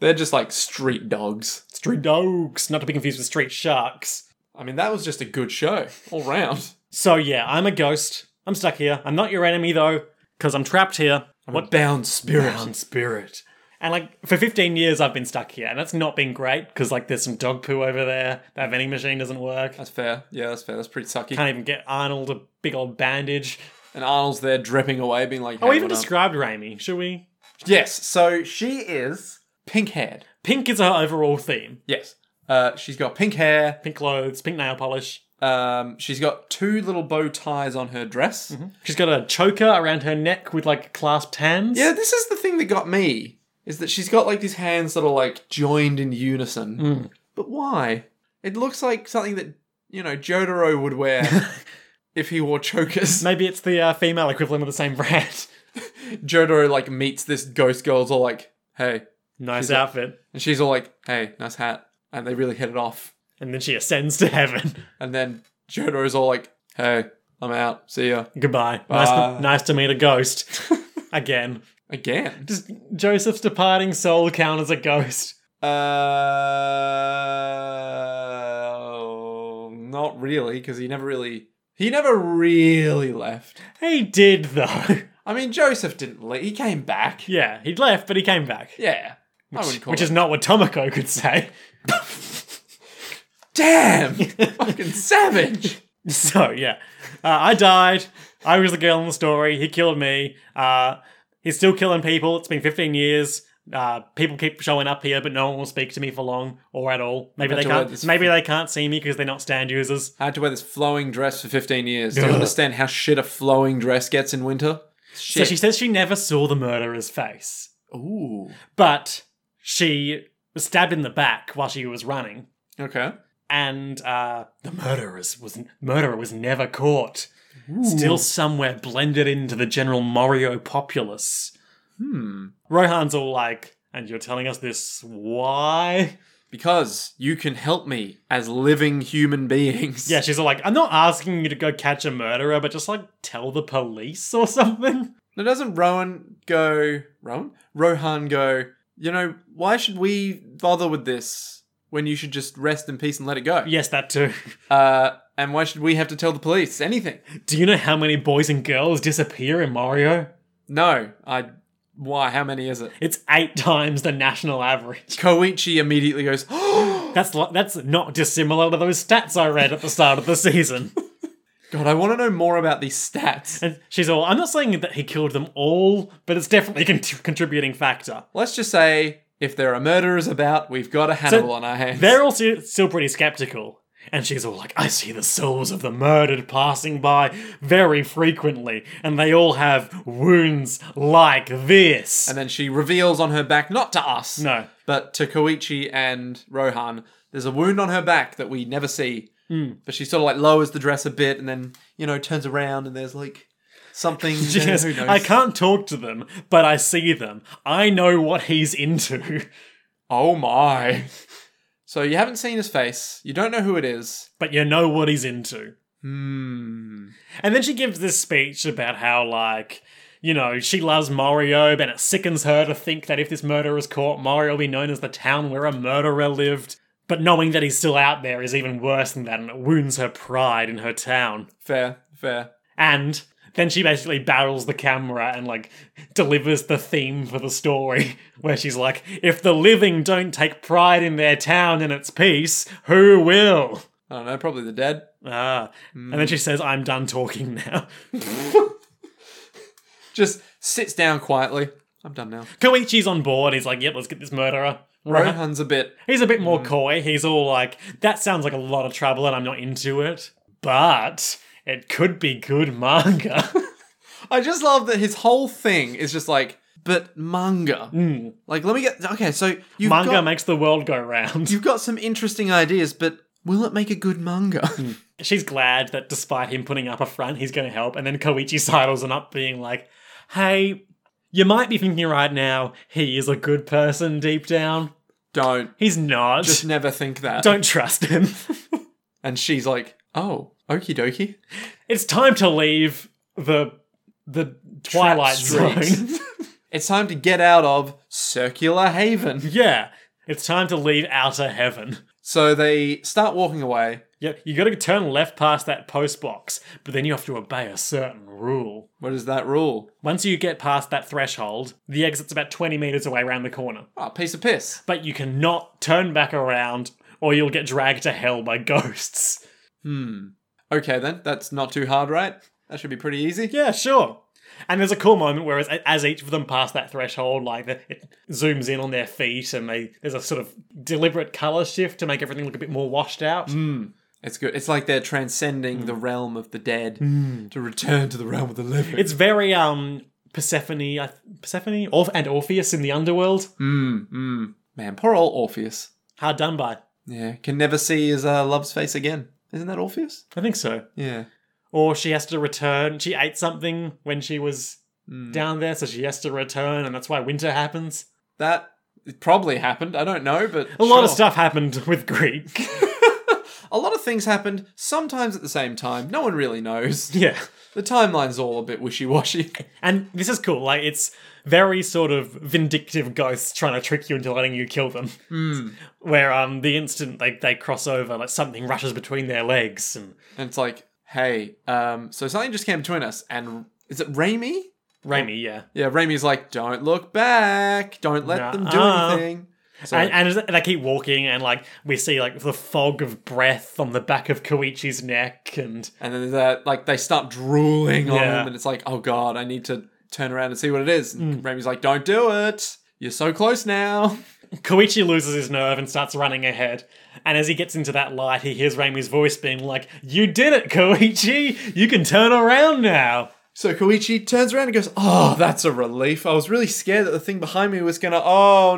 B: They're just like street dogs.
A: Street dogs, not to be confused with street sharks.
B: I mean, that was just a good show all round.
A: So yeah, I'm a ghost. I'm stuck here. I'm not your enemy though, because I'm trapped here.
B: What bound spirit?
A: spirit. And like for 15 years, I've been stuck here, and that's not been great because like there's some dog poo over there. That vending machine doesn't work.
B: That's fair. Yeah, that's fair. That's pretty sucky.
A: Can't even get Arnold a big old bandage.
B: And Arnold's there dripping away, being like,
A: Oh, we
B: "Hey,
A: even
B: what up?"
A: described Raimi. Should we?
B: Yes. So she is pink haired.
A: Pink is her overall theme.
B: Yes. Uh, she's got pink hair.
A: Pink clothes, pink nail polish.
B: Um, she's got two little bow ties on her dress.
A: She's got a choker around her neck with like clasped hands.
B: Yeah, this is the thing that got me is that she's got like these hands that are like joined in unison. But why? It looks like something that you know Jotaro would wear if he wore chokers.
A: Maybe it's the uh, female equivalent of the same brand.
B: Jotaro like meets this ghost girl, is all like, "Hey,"
A: nice outfit.
B: and she's all like, "Hey, nice hat," and they really hit it off.
A: And then she ascends to heaven.
B: And then Jotaro's all like, "Hey, I'm out. See ya.
A: Goodbye. Nice, to,
B: Bye.
A: nice to meet a ghost. Again.
B: Again.
A: Does Joseph's departing soul count as a ghost?
B: Uh, not really, because he never really. He never really left.
A: He did, though.
B: I mean, Joseph didn't leave. He came back.
A: Yeah, he left, but he came back.
B: Yeah. I wouldn't call
A: Which
B: it.
A: is not what Tomoko could say.
B: Damn! fucking savage!
A: So yeah, uh, I died. I was the girl in the story. He killed me. Uh, he's still killing people. It's been 15 years. Uh, people keep showing up here, but no one will speak to me for long or at all. Maybe
B: Had
A: they
B: to wear
A: can't.
B: this-
A: Maybe they can't see me because they're not stand users.
B: I had to wear this flowing dress for 15 years. Don't
A: Ugh.
B: understand how shit a flowing dress gets in winter.
A: So
B: Shit.
A: she says she never saw the murderer's face,
B: Ooh.
A: but she was stabbed in the back while she was running,
B: Okay.
A: and uh, the murderer's was murderer was never caught. Still somewhere blended into the general Morio populace.
B: Hmm.
A: Rohan's all like, and you're telling us this why?
B: Because you can help me as living human beings.
A: Yeah, she's all like, I'm not asking you to go catch a murderer, but just like tell the police or something.
B: Now, doesn't Rowan go. Rowan? Rohan go, you know, why should we bother with this when you should just rest in peace and let it go?
A: Yes, that too.
B: Uh, and why should we have to tell the police anything?
A: Do you know how many boys and girls disappear in Mario?
B: No. I. Why? How many is it?
A: It's eight times the national average.
B: Koichi immediately goes, God,
A: That's li- that's not dissimilar to those stats I read at the start of the season.
B: I want to know more about these stats.
A: And she's all, I'm not saying that he killed them all, but it's definitely a con- contributing factor.
B: Let's just say if there are murderers about, we've got a Hannibal on our hands.
A: They're all still, still pretty skeptical. And she's all like, I see the souls of the murdered passing by very frequently, and they all have wounds like this.
B: and then she reveals on her back, not to us,
A: no.
B: but to Koichi and Rohan, there's a wound on her back that we never see. But she sort of like lowers the dress a bit and then, you know, turns around and there's like something.
A: She
B: there.
A: says,
B: Who knows?
A: I can't talk to them, but I see them. I know what he's into,
B: Oh my. So you haven't seen his face. You don't know who it is.
A: but you know what he's into.
B: Hmm.
A: And then she gives this speech about how, like, you know, she loves Mario, and it sickens her to think that if this murderer is caught, Mario will be known as the town where a murderer lived. But knowing that he's still out there is even worse than that, and it wounds her pride in her town.
B: Fair, fair.
A: And then she basically barrels the camera and, like, delivers the theme for the story, where she's like, if the living don't take pride in their town and its peace, who will?
B: I don't know, probably the dead.
A: Ah. And then she says, I'm done talking now.
B: Just sits down quietly. I'm done now.
A: Koichi's on board. He's like, yep, let's get this murderer. Right.
B: Rohan's a bit.
A: He's a bit more
B: Mm.
A: coy. He's all like, that sounds like a lot of trouble and I'm not into it. But it could be good manga.
B: I just love that his whole thing is just like, but manga. Like, let me get. Okay, so you've
A: Hmm. manga
B: got,
A: makes the world go round.
B: you've got some interesting ideas, but will it make a good manga?
A: She's glad that despite him putting up a front, he's going to help. And then Koichi sidles on up, being like, hey, you might be thinking right now, he is a good person deep down.
B: Don't.
A: He's not.
B: Just never think that.
A: Don't trust him.
B: And she's like, oh, okie dokie.
A: it's time to leave the the Twilight
B: Straight.
A: Zone.
B: it's time to get out of Circular Haven.
A: Yeah, it's time to leave outer heaven.
B: So they start walking away.
A: Yep, you gotta turn left past that post box, but then you have to obey a certain rule.
B: What is that rule?
A: Once you get past that threshold, the exit's about 20 meters away around the corner.
B: Ah, piece of piss.
A: But you cannot turn back around or you'll get dragged to hell by ghosts.
B: Okay, then. That's not too hard, right? That should be pretty easy.
A: Yeah, sure. And there's a cool moment where as, as each of them pass that threshold, like the, it zooms in on their feet and they there's a sort of deliberate color shift to make everything look a bit more washed out.
B: It's good. It's like they're transcending
A: Mm.
B: the realm of the dead to return to the realm of the living.
A: It's very um Persephone, I th- Persephone, Orph- and Orpheus in the underworld.
B: Mm, mm. Man, poor old Orpheus.
A: Hard done by.
B: Yeah, can never see his uh, love's face again. Isn't that Orpheus?
A: I think so.
B: Yeah.
A: Or she has to return. She ate something when she was down there, so she has to return, and that's why winter happens.
B: That probably happened. I don't know, but
A: A lot of stuff happened with Greek.
B: a lot of things happened, sometimes at the same time. No one really knows.
A: Yeah.
B: The timeline's all a bit wishy washy.
A: And this is cool. Like, it's very sort of vindictive ghosts trying to trick you into letting you kill them. Where um, the instant they, they cross over, like something rushes between their legs, and
B: And it's like, hey, um, so something just came between us, and is it Raimi?
A: Raimi, yeah.
B: Yeah, Raimi's like, don't look back, don't let them do
A: Nuh-uh.
B: anything. So
A: And, and as they keep walking, and like we see like the fog of breath on the back of Koichi's neck, and
B: And then that like they start drooling on
A: Yeah.
B: him, and it's like, oh god, I need to turn around and see what it is.
A: Mm.
B: And Raimi's like, don't do it. You're so close now.
A: Koichi loses his nerve and starts running ahead. And as he gets into that light, he hears Raimi's voice being like, "You did it, Koichi! You can turn around now."
B: So Koichi turns around and goes, oh, that's a relief. I was really scared that the thing behind me was gonna. Oh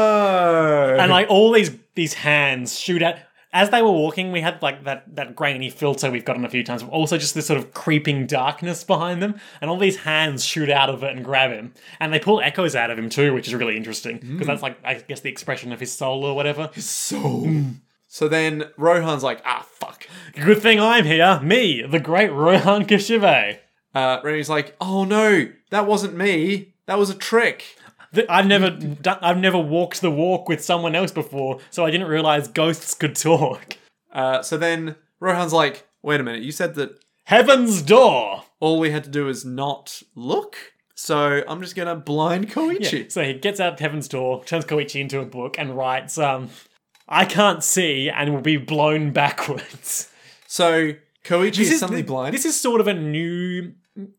B: no.
A: And like all these these hands shoot out. As they were walking, we had like that that grainy filter we've gotten a few times, but also just this sort of creeping darkness behind them. And all these hands shoot out of it and grab him, and they pull echoes out of him too, which is really interesting because that's like I guess the expression of his soul or whatever.
B: so. So then Rohan's like, ah, fuck.
A: Good thing I'm here, me, the great Rohan Kishibe.
B: Uh, Raimi's like, oh no, that wasn't me. That was a trick.
A: Th- I've never done, I've never walked the walk with someone else before, so I didn't realize ghosts could talk.
B: Uh, so then Rohan's like, wait a minute, you said that
A: Heaven's door.
B: all we had to do is not look. So I'm just gonna blind Koichi.
A: So he gets out of Heaven's door, turns Koichi into a book, and writes, um, "I can't see and will be blown backwards."
B: So Koichi is, suddenly
A: th-
B: blind.
A: This is sort of a new,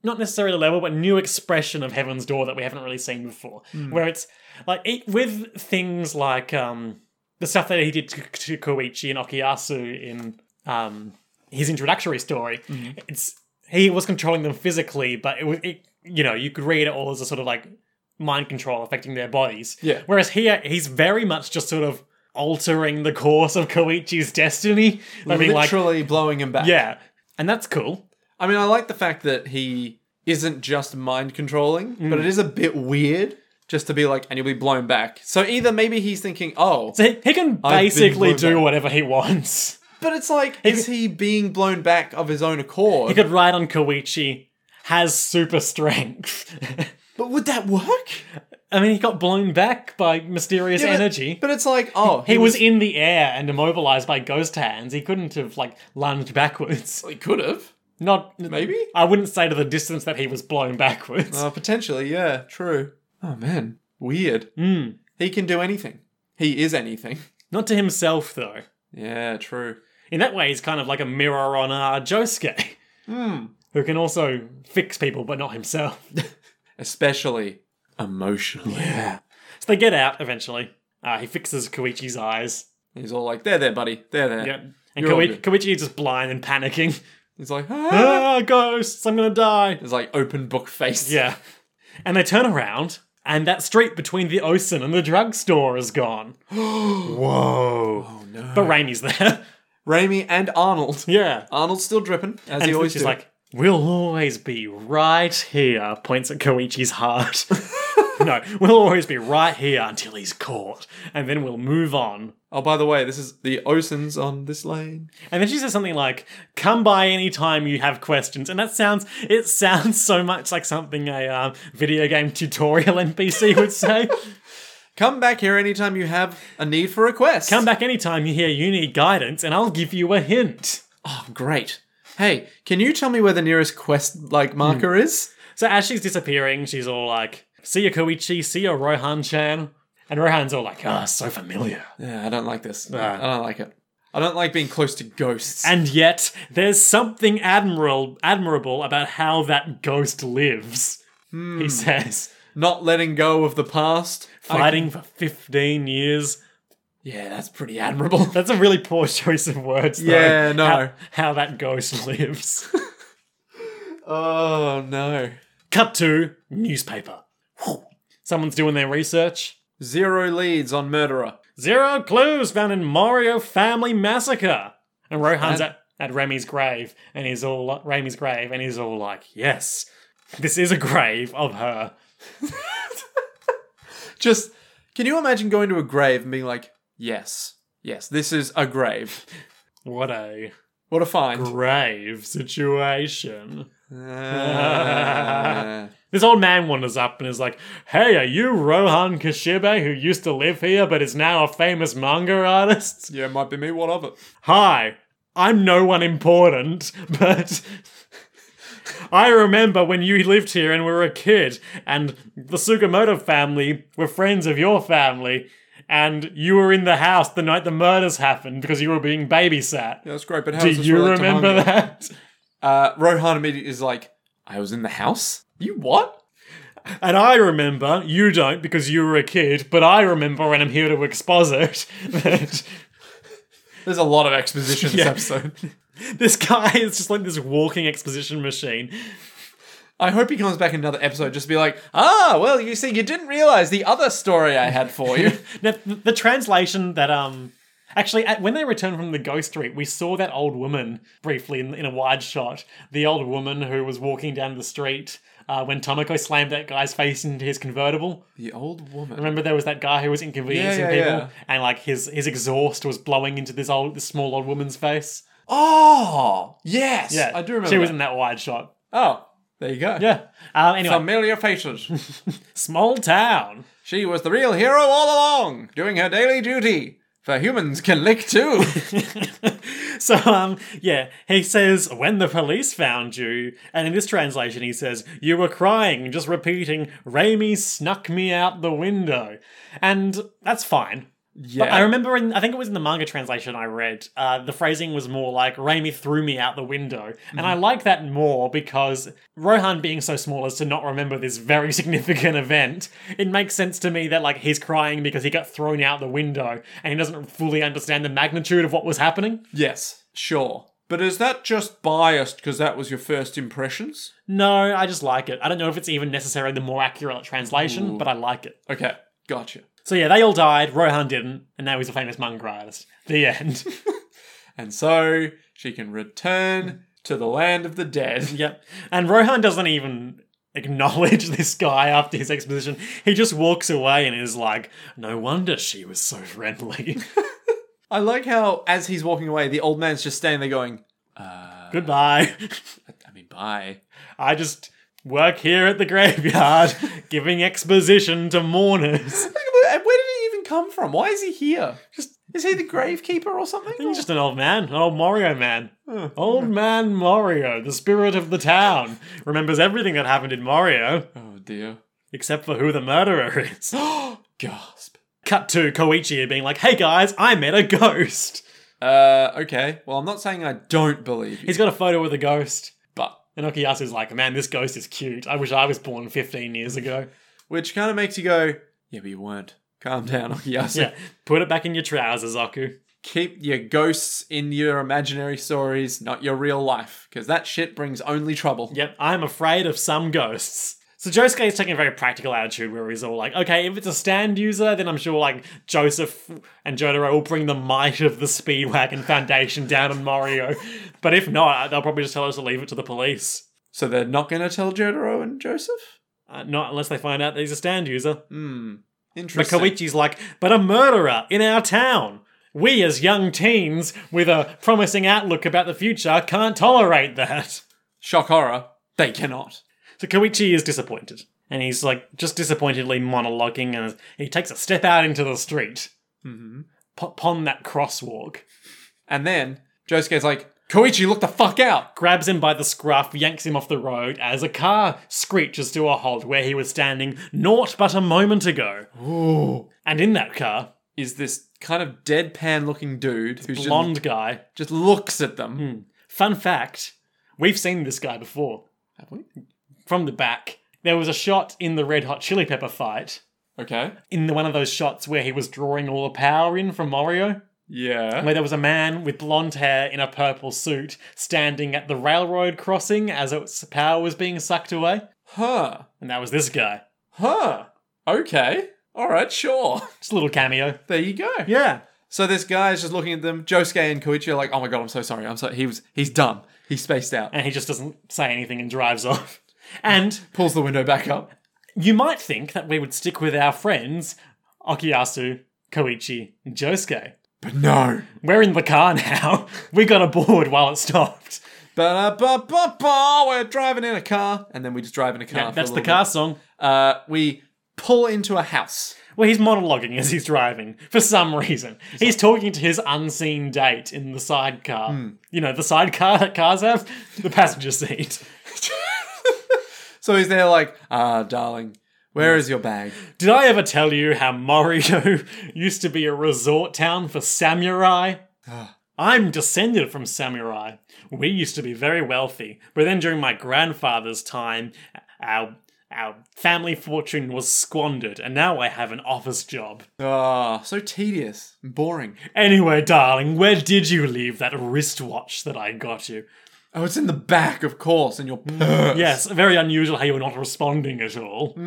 A: not necessarily the level, but new expression of Heaven's Door that we haven't really seen before.
B: Hmm.
A: Where it's like it, with things like um, the stuff that he did to, to Koichi and Okuyasu in um, his introductory story.
B: Mm-hmm.
A: It's he was controlling them physically, but it was it, you know you could read it all as a sort of like mind control affecting their bodies.
B: Yeah.
A: Whereas here he's very much just sort of altering the course of Koichi's destiny. I mean, like
B: literally blowing him back.
A: yeah. And that's cool.
B: I mean, I like the fact that he isn't just mind controlling,
A: Mm.
B: but it is a bit weird just to be like, and you'll be blown back. So either maybe he's thinking, oh,
A: So he, he can
B: I've been
A: basically
B: blown
A: do
B: back.
A: whatever he wants.
B: but it's like, is he being blown back of his own accord?
A: He could ride on Koichi, has super strength.
B: but would that work?
A: I mean, he got blown back by mysterious
B: Yeah, but-
A: energy.
B: But it's like, oh,
A: he was in the air and immobilized by ghost hands. He couldn't have like lunged backwards.
B: He could have.
A: Not
B: Maybe?
A: I wouldn't say to the distance that he was blown backwards.
B: Uh, potentially, yeah, true. Oh man, weird.
A: Mm.
B: He can do anything. He is anything.
A: Not to himself though.
B: Yeah, true.
A: In that way, he's kind of like a mirror on uh, Josuke,
B: Hmm.
A: who can also fix people but not himself.
B: Especially emotionally. Yeah.
A: So they get out eventually. Uh, he fixes Koichi's eyes.
B: He's all like, "There, there, buddy. There, there."
A: Yep. And
B: You're all
A: Koichi,
B: good.
A: Koichi is just blind and panicking.
B: He's like, ah.
A: ah, ghosts, I'm gonna die.
B: He's like open book face.
A: Yeah. And they turn around, and that street between the Osen and the drugstore is gone.
B: Whoa. Oh no.
A: But Raimi's there.
B: Raimi and Arnold.
A: yeah.
B: Arnold's still dripping as
A: And
B: he always
A: she's
B: do.
A: like, We'll always be right here, points at Koichi's heart. no, we'll always be right here until he's caught, and then we'll move on.
B: oh, by the way, this is the Osins on this lane.
A: And then she says something like, "Come by any time you have questions," and that sounds it sounds so much like something a um, video game tutorial NPC would say.
B: Come back here anytime you have a need for a quest.
A: Come back anytime you hear you need guidance, and I'll give you a hint.
B: Oh, great. Hey, can you tell me where the nearest quest like
A: Hmm.
B: marker is?
A: So as she's disappearing, she's all like, "See ya, Koichi. See ya, Rohan-chan." And Rohan's all like, "Ah, so familiar."
B: Yeah, I don't like this. I don't like it. I don't like being close to ghosts.
A: And yet, there's something admirable admirable about how that ghost lives. He says,
B: Not letting go of the past. I-
A: fighting for 15 years.
B: yeah, that's pretty admirable.
A: That's a really poor choice of words. Though,
B: Yeah, no.
A: How, how that ghost lives.
B: oh no.
A: Cut to newspaper. Whew. Someone's doing their research.
B: Zero leads on murderer.
A: Zero clues found in Mario Family Massacre. And Rohan's at, at Remy's grave, and he's all Remy's grave, and he's all like, "Yes, this is a grave of her."
B: Just can you imagine going to a grave and being like, yes, yes, this is a grave.
A: What a
B: What a find.
A: grave situation.
B: Ah.
A: This old man wanders up and is like, Hey, are you Rohan Kashibe who used to live here but is now a famous manga artist?
B: yeah, might be me. What of it?
A: Hi, I'm no one important, but I remember when you lived here and were a kid, and the Sugimoto family were friends of your family, and you were in the house the night the murders happened because you were being babysat.
B: Yeah, that's great. But how
A: Do
B: does this
A: you
B: relate to
A: remember
B: manga?
A: that?
B: Uh, Rohan immediately is like, I was in the house? You what?
A: And I remember, you don't because you were a kid, but I remember and I'm here to expose it that
B: There's a lot of exposition in this
A: Yeah.
B: episode.
A: this guy is just like this walking exposition machine.
B: I hope he comes back in another episode just to be like, ah, well, you see, you didn't realize the other story I had for you.
A: Now, th- the translation that, um, actually, at, when they returned from the ghost street, we saw that old woman briefly in, in a wide shot. The old woman who was walking down the street uh, when Tomoko slammed that guy's face into his convertible.
B: the old woman.
A: Remember there was that guy who was inconveniencing
B: Yeah, yeah,
A: people
B: yeah.
A: and like his his exhaust was blowing into this old this small old woman's face.
B: Oh, yes.
A: Yeah,
B: I do remember.
A: She was
B: that.
A: in that wide shot.
B: Oh, there you go.
A: Yeah. Um, anyway,
B: Familiar faces.
A: small town.
B: she was the real hero all along, doing her daily duty. For humans can lick too.
A: so um, yeah, he says when the police found you, and in this translation he says you were crying, just repeating "Raimi snuck me out the window," and that's fine.
B: yeah.
A: I remember in I think it was in the manga translation I read, uh, the phrasing was more like Raimi threw me out the window. And I like that more because Rohan being so small as to not remember this very significant event, it makes sense to me that like he's crying because he got thrown out the window and he doesn't fully understand the magnitude of what was happening.
B: yes, sure. But is that just biased because that was your first impressions?
A: No, I just like it. I don't know if it's even necessarily the more accurate translation, but I like it.
B: Okay, gotcha.
A: So yeah, they all died, Rohan didn't, and now he's a famous manga artist. The end.
B: And so she can return to the land of the dead.
A: Yep. And Rohan doesn't even acknowledge this guy after his exposition. He just walks away and is like, no wonder she was so friendly.
B: I like how, as he's walking away, the old man's just standing there going,
A: Goodbye.
B: I mean, bye.
A: I just work here at the graveyard giving exposition to mourners.
B: And where did he even come from? Why is he here? Just is he the gravekeeper or something?
A: He's just an old man, an old Mario man. Old man Mario, the spirit of the town, remembers everything that happened in Mario,
B: Oh dear.
A: except for who the murderer is.
B: Gasp.
A: Cut to Koichi being like, hey guys, I met a ghost.
B: Uh, okay. Well, I'm not saying I don't believe you,
A: He's got a photo with a ghost.
B: but
A: And Okuyasu's like, man, this ghost is cute. I wish I was born 15 years ago.
B: which kind of makes you go, yeah, but you weren't. Calm down, Okuyasu.
A: Yeah, put it back in your trousers, Oku.
B: Keep your ghosts in your imaginary stories, not your real life, because that shit brings only trouble.
A: Yep, I'm afraid of some ghosts. So Josuke is taking a very practical attitude where he's all like, okay, if it's a stand user, then I'm sure like Joseph and Jotaro will bring the might of the Speedwagon Foundation down on Mario. But if not, they'll probably just tell us to leave it to the police.
B: So they're not going to tell Jotaro and Joseph.
A: Uh, not unless they find out that he's a stand user.
B: Hmm.
A: But
B: Interesting.
A: Koichi's like, but a murderer in our town. We as young teens with a promising outlook about the future can't tolerate that.
B: Shock horror. They cannot.
A: So Koichi is disappointed. And he's like just disappointedly monologuing and he takes a step out into the street. Mm-hmm. Upon that crosswalk,
B: And then Josuke's like, Koichi, look the fuck out.
A: grabs him by the scruff, yanks him off the road as a car screeches to a halt where he was standing naught but a moment ago.
B: Ooh.
A: And in that car,
B: Is this kind of deadpan looking dude who just,
A: blonde Hmm. guy.
B: just looks at them?
A: Fun fact: we've seen this guy before.
B: Have we?
A: from the back. There was a shot in the Red Hot Chili Pepper fight,
B: Okay.
A: in the, one of those shots where he was drawing all the power in from Mario,
B: Yeah.
A: where there was a man with blonde hair in a purple suit standing at the railroad crossing as its power was being sucked away.
B: Huh.
A: And that was this guy.
B: Huh. Okay. All right, sure.
A: Just a little cameo.
B: There you go.
A: Yeah.
B: So this guy is just looking at them. Josuke and Koichi are like, "Oh my god, I'm so sorry. I'm so he was he's dumb. He spaced out."
A: And he just doesn't say anything and drives off. And
B: Pulls the window back up.
A: you might think that we would stick with our friends, Okuyasu, Koichi, and Josuke.
B: But no.
A: We're in the car now. We got aboard while it stopped.
B: Ba-da-ba-ba-ba, we're driving in a car. And then we just drive in a car. for a
A: That's the
B: little
A: car song.
B: bit. Uh, we pull into a house.
A: Well, he's monologuing as he's driving for some reason. He's talking to his unseen date in the sidecar. You know, the sidecar that cars have, the passenger seat.
B: So he's there like, ah, darling, where is your bag?
A: Did I ever tell you how Morio used to be a resort town for samurai? I'm descended from samurai. We used to be very wealthy, but then during my grandfather's time, our our family fortune was squandered, and now I have an office job.
B: Ah, so tedious and boring.
A: Anyway, darling, where did you leave that wristwatch that I got you?
B: Oh, it's in the back, of course, in your
A: Mm,
B: purse.
A: Yes, very unusual how you're not responding at all.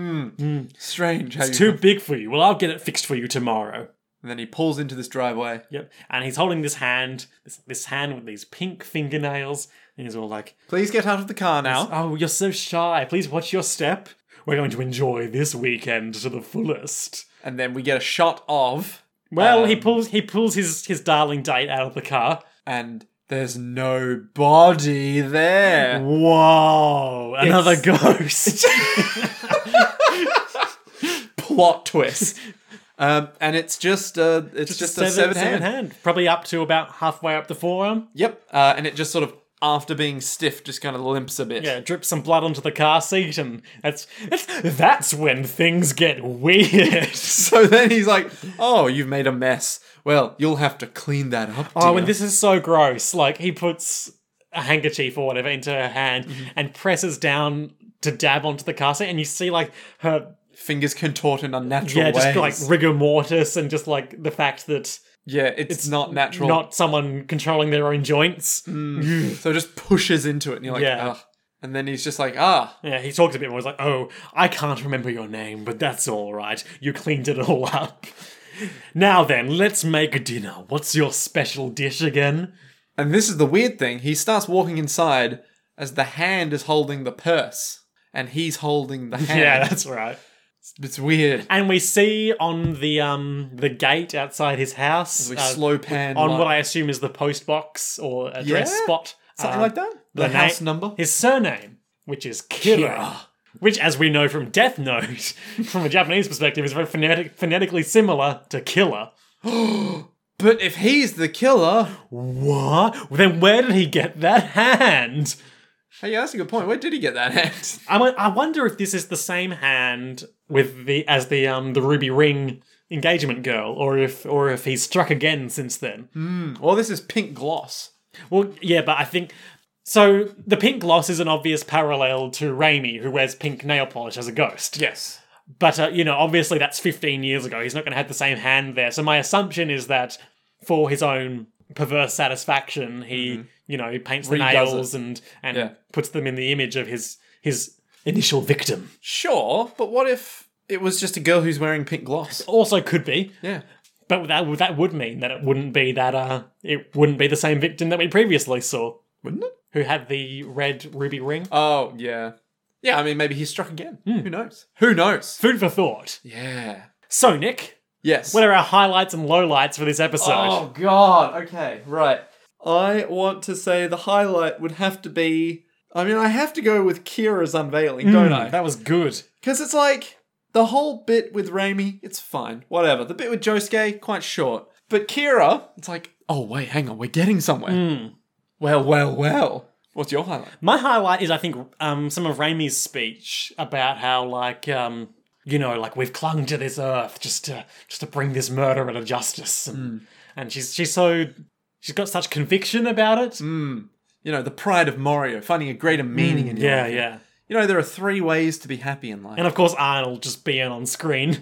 B: Strange how you...
A: Too big for you. Well, I'll get it fixed for you tomorrow.
B: And then he pulls into this driveway.
A: Yep. And he's holding this hand, this, this hand with these pink fingernails, and he's all like,
B: Please get out of the car now.
A: Oh, you're so shy. Please watch your step. We're going to enjoy this weekend to the fullest.
B: And then we get a shot of,
A: Well, he pulls he pulls his, his darling date out of the car.
B: and there's no body there.
A: Whoa, another ghost.
B: Plot twist. um, and it's just uh, it's just, a severed, hand.
A: Probably up to about halfway up the forearm.
B: Yep. Uh, and it just sort of after being stiff, just kind of limps a bit.
A: Yeah, drip some blood onto the car seat, and that's that's, that's when things get weird.
B: So then he's like, "Oh, you've made a mess. Well, you'll have to clean that up."
A: Oh,
B: dear."
A: and this is so gross. Like he puts a handkerchief or whatever into her hand
B: Mm-hmm.
A: and presses down to dab onto the car seat, and you see like her
B: fingers contort in unnatural
A: yeah,
B: ways.
A: just like rigor mortis, and just like the fact that
B: yeah, it's, not natural. Mm.
A: not someone controlling their own joints.
B: so it just pushes into it, and you're like,
A: Yeah.
B: "Ugh." And then he's just like, "Ah,
A: Yeah, he talks a bit more. He's like, "Oh, I can't remember your name, but that's all right. You cleaned it all up." Now then, let's make dinner. What's your special dish again?
B: And this is the weird thing. He starts walking inside as the hand is holding the purse, and he's holding the hand.
A: Yeah, that's Uh, right.
B: it's weird.
A: And we see on the um the gate outside his house
B: We
A: uh,
B: slow pan
A: on
B: like-
A: what I assume is the post box or address
B: Yeah?
A: spot,
B: something
A: uh,
B: like that. The,
A: na-
B: house number.
A: his surname, which is Kira,
B: Kira.
A: which, as we know from Death Note, from a Japanese perspective, is very phonetic, phonetically similar to Killer.
B: But if he's the killer,
A: What? Then where did he get that hand?
B: hey, yeah, that's a good point. Where did he get that hand?
A: I, wo- I wonder if this is the same hand with the as the um the ruby ring engagement girl, or if or if he's struck again since then.
B: well, this is pink gloss.
A: Well, yeah, but I think so. The pink gloss is an obvious parallel to Raimi, who wears pink nail polish as a ghost.
B: Yes.
A: But uh, you know, obviously that's 15 years ago. He's not going to have the same hand there. So my assumption is that for his own perverse satisfaction, he you know he paints the
B: Mm-hmm. Redoes
A: nails and and
B: Yeah.
A: puts them in the image of his his initial victim.
B: Sure, but what if it was just a girl who's wearing pink gloss?
A: Also could be,
B: Yeah.
A: but that would- that would mean that it wouldn't be that uh it wouldn't be the same victim that we previously saw
B: Wouldn't it?
A: who had the red ruby ring.
B: Oh, yeah. Yeah, I mean, maybe he's struck again.
A: Hmm.
B: Who knows? Who knows?
A: Food for thought.
B: Yeah.
A: So, Nick,
B: Yes.
A: what are our highlights and lowlights for this episode?
B: Oh god. Okay, right. I want to say the highlight would have to be I mean, I have to go with Kira's unveiling, don't I?
A: Hmm. That was good.
B: Cuz it's like the whole bit with Raimi, it's fine. Whatever. The bit with Josuke, quite short. But Kira, it's like, "Oh, wait, hang on. We're getting somewhere." Well, well, well. What's your highlight?
A: My highlight is, I think, um, some of Raimi's speech about how, like, um, you know, like we've clung to this earth just to just to bring this murderer to justice,
B: Hmm.
A: and, and she's she's so she's got such conviction about it.
B: Hmm. You know, the pride of Mario, finding a greater meaning in your
A: Yeah,
B: life.
A: yeah.
B: You know, there are three ways to be happy in life.
A: And of course, Arnold just being on screen.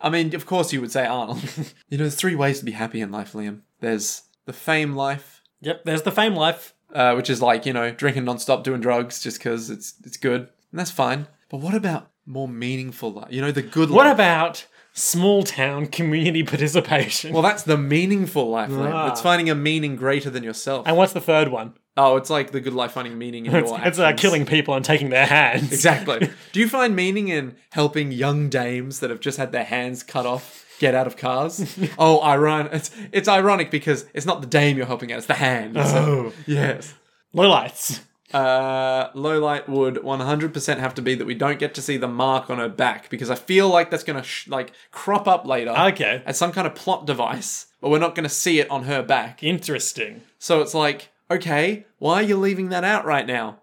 B: I mean, of course you would say Arnold. you know, there's three ways to be happy in life, Liam. There's the fame life,
A: Yep, there's the fame life.
B: uh, which is like you know drinking nonstop, doing drugs just because it's it's good, and that's fine. But what about more meaningful life? You know, the good
A: What
B: life.
A: about small town community participation?
B: well, that's the meaningful life. Liam.
A: Ah.
B: It's finding a meaning greater than yourself.
A: and what's the third one?
B: oh, it's like the good life finding meaning in your
A: It's,
B: life.
A: it's uh, killing people and taking their hands.
B: Exactly. Do you find meaning in helping young dames that have just had their hands cut off? get out of cars. oh, iron. It's, it's ironic because it's not the dame you're helping out; it's the hand. So,
A: Oh.
B: yes.
A: Low lights.
B: Uh, low light would 100% have to be that we don't get to see the mark on her back because I feel like that's gonna sh- like crop up later
A: Okay.
B: as some kind of plot device, but we're not gonna see it on her back.
A: Interesting.
B: So it's like, okay, why are you leaving that out right now?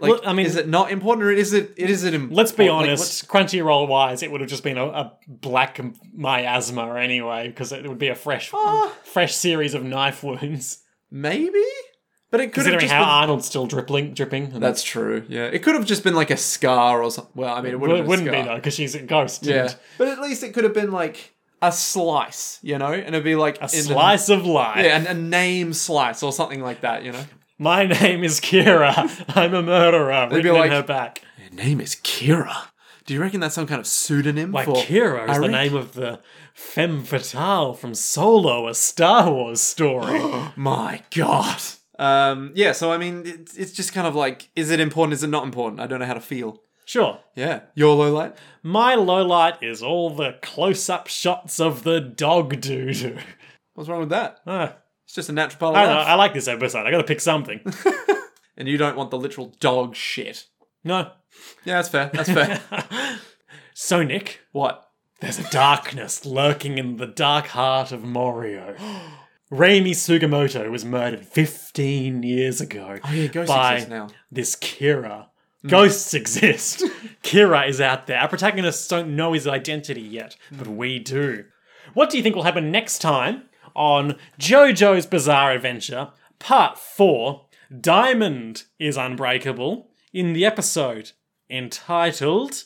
B: Like,
A: Well, I mean-
B: is it not important, or is it? It is it. Im-
A: Let's be
B: like, what's-
A: honest, Crunchyroll wise, it would have just been a, a black miasma anyway, because it would be a fresh,
B: Ah.
A: fresh series of knife wounds.
B: maybe, but it could have
A: Considering
B: just
A: how
B: been.
A: Arnold's still dripping, dripping. and-
B: That's true. Yeah, it could have just been like a scar or something. Well, I mean, it would
A: well, it
B: have been a
A: wouldn't be
B: scar.
A: though, because she's a ghost.
B: Yeah,
A: and
B: but at least it could have been like a slice, you know, and it'd be like
A: a slice of life.
B: yeah, and a name slice or something like that, you know.
A: My name is Kira. I'm a murderer. Written
B: like-
A: in her back.
B: Her name is Kira. Do you reckon that's some kind of pseudonym
A: Like
B: for
A: Kira is the
B: Eric?
A: name of the femme fatale from Solo, a Star Wars story.
B: My God. Um, yeah, so I mean, it's, it's just kind of like, is it important? Is it not important? I don't know how to feel.
A: sure.
B: Yeah. Your low light?
A: My low light is all the close-up shots of the dog doo-doo.
B: What's wrong with that?
A: Ah,
B: It's just a natural part of
A: I don't know.
B: life.
A: I like this episode. I got to pick something.
B: And you don't want the literal dog shit.
A: no.
B: Yeah, that's fair. That's fair.
A: So Nick,
B: what?
A: there's a darkness lurking in the dark heart of Morio. Raimi Sugimoto was murdered 15 years ago
B: Oh, yeah, ghosts
A: by
B: exist now.
A: this Kira.
B: Mm.
A: Ghosts exist. Kira is out there. Our protagonists don't know his identity yet,
B: Mm.
A: but we do. What do you think will happen next time on JoJo's Bizarre Adventure, Part 4? Diamond is Unbreakable in the episode entitled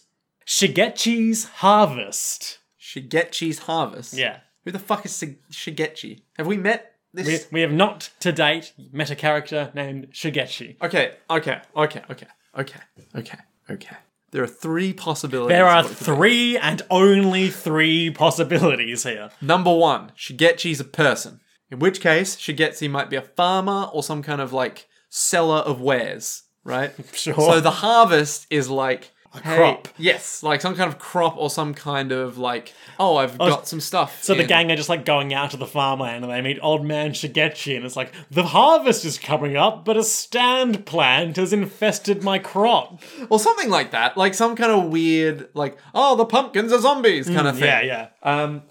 A: Shigechi's Harvest.
B: Shigechi's Harvest.
A: Yeah.
B: Who the fuck is Sig- Shigechi? Have we met this?
A: We, we have not to date met a character named Shigechi.
B: Okay, okay, okay, okay, okay, okay, okay. There are three possibilities.
A: There are
B: of what it could be.
A: three and only three possibilities here.
B: Number one, Shigechi's a person. In which case, Shigechi might be a farmer or some kind of like seller of wares, right?
A: Sure.
B: So the harvest is like a
A: crop.
B: Yes, like some kind of crop or some kind of like, oh, I've got some stuff.
A: So the
B: in.
A: gang are just like going out to the farmland and they meet old man Shigechi and it's like, the harvest is coming up, but a stand plant has infested my crop.
B: Or something like that. Like some kind of weird, like, oh, the pumpkins are zombies kind of thing.
A: Mm, Yeah, yeah.
B: Um,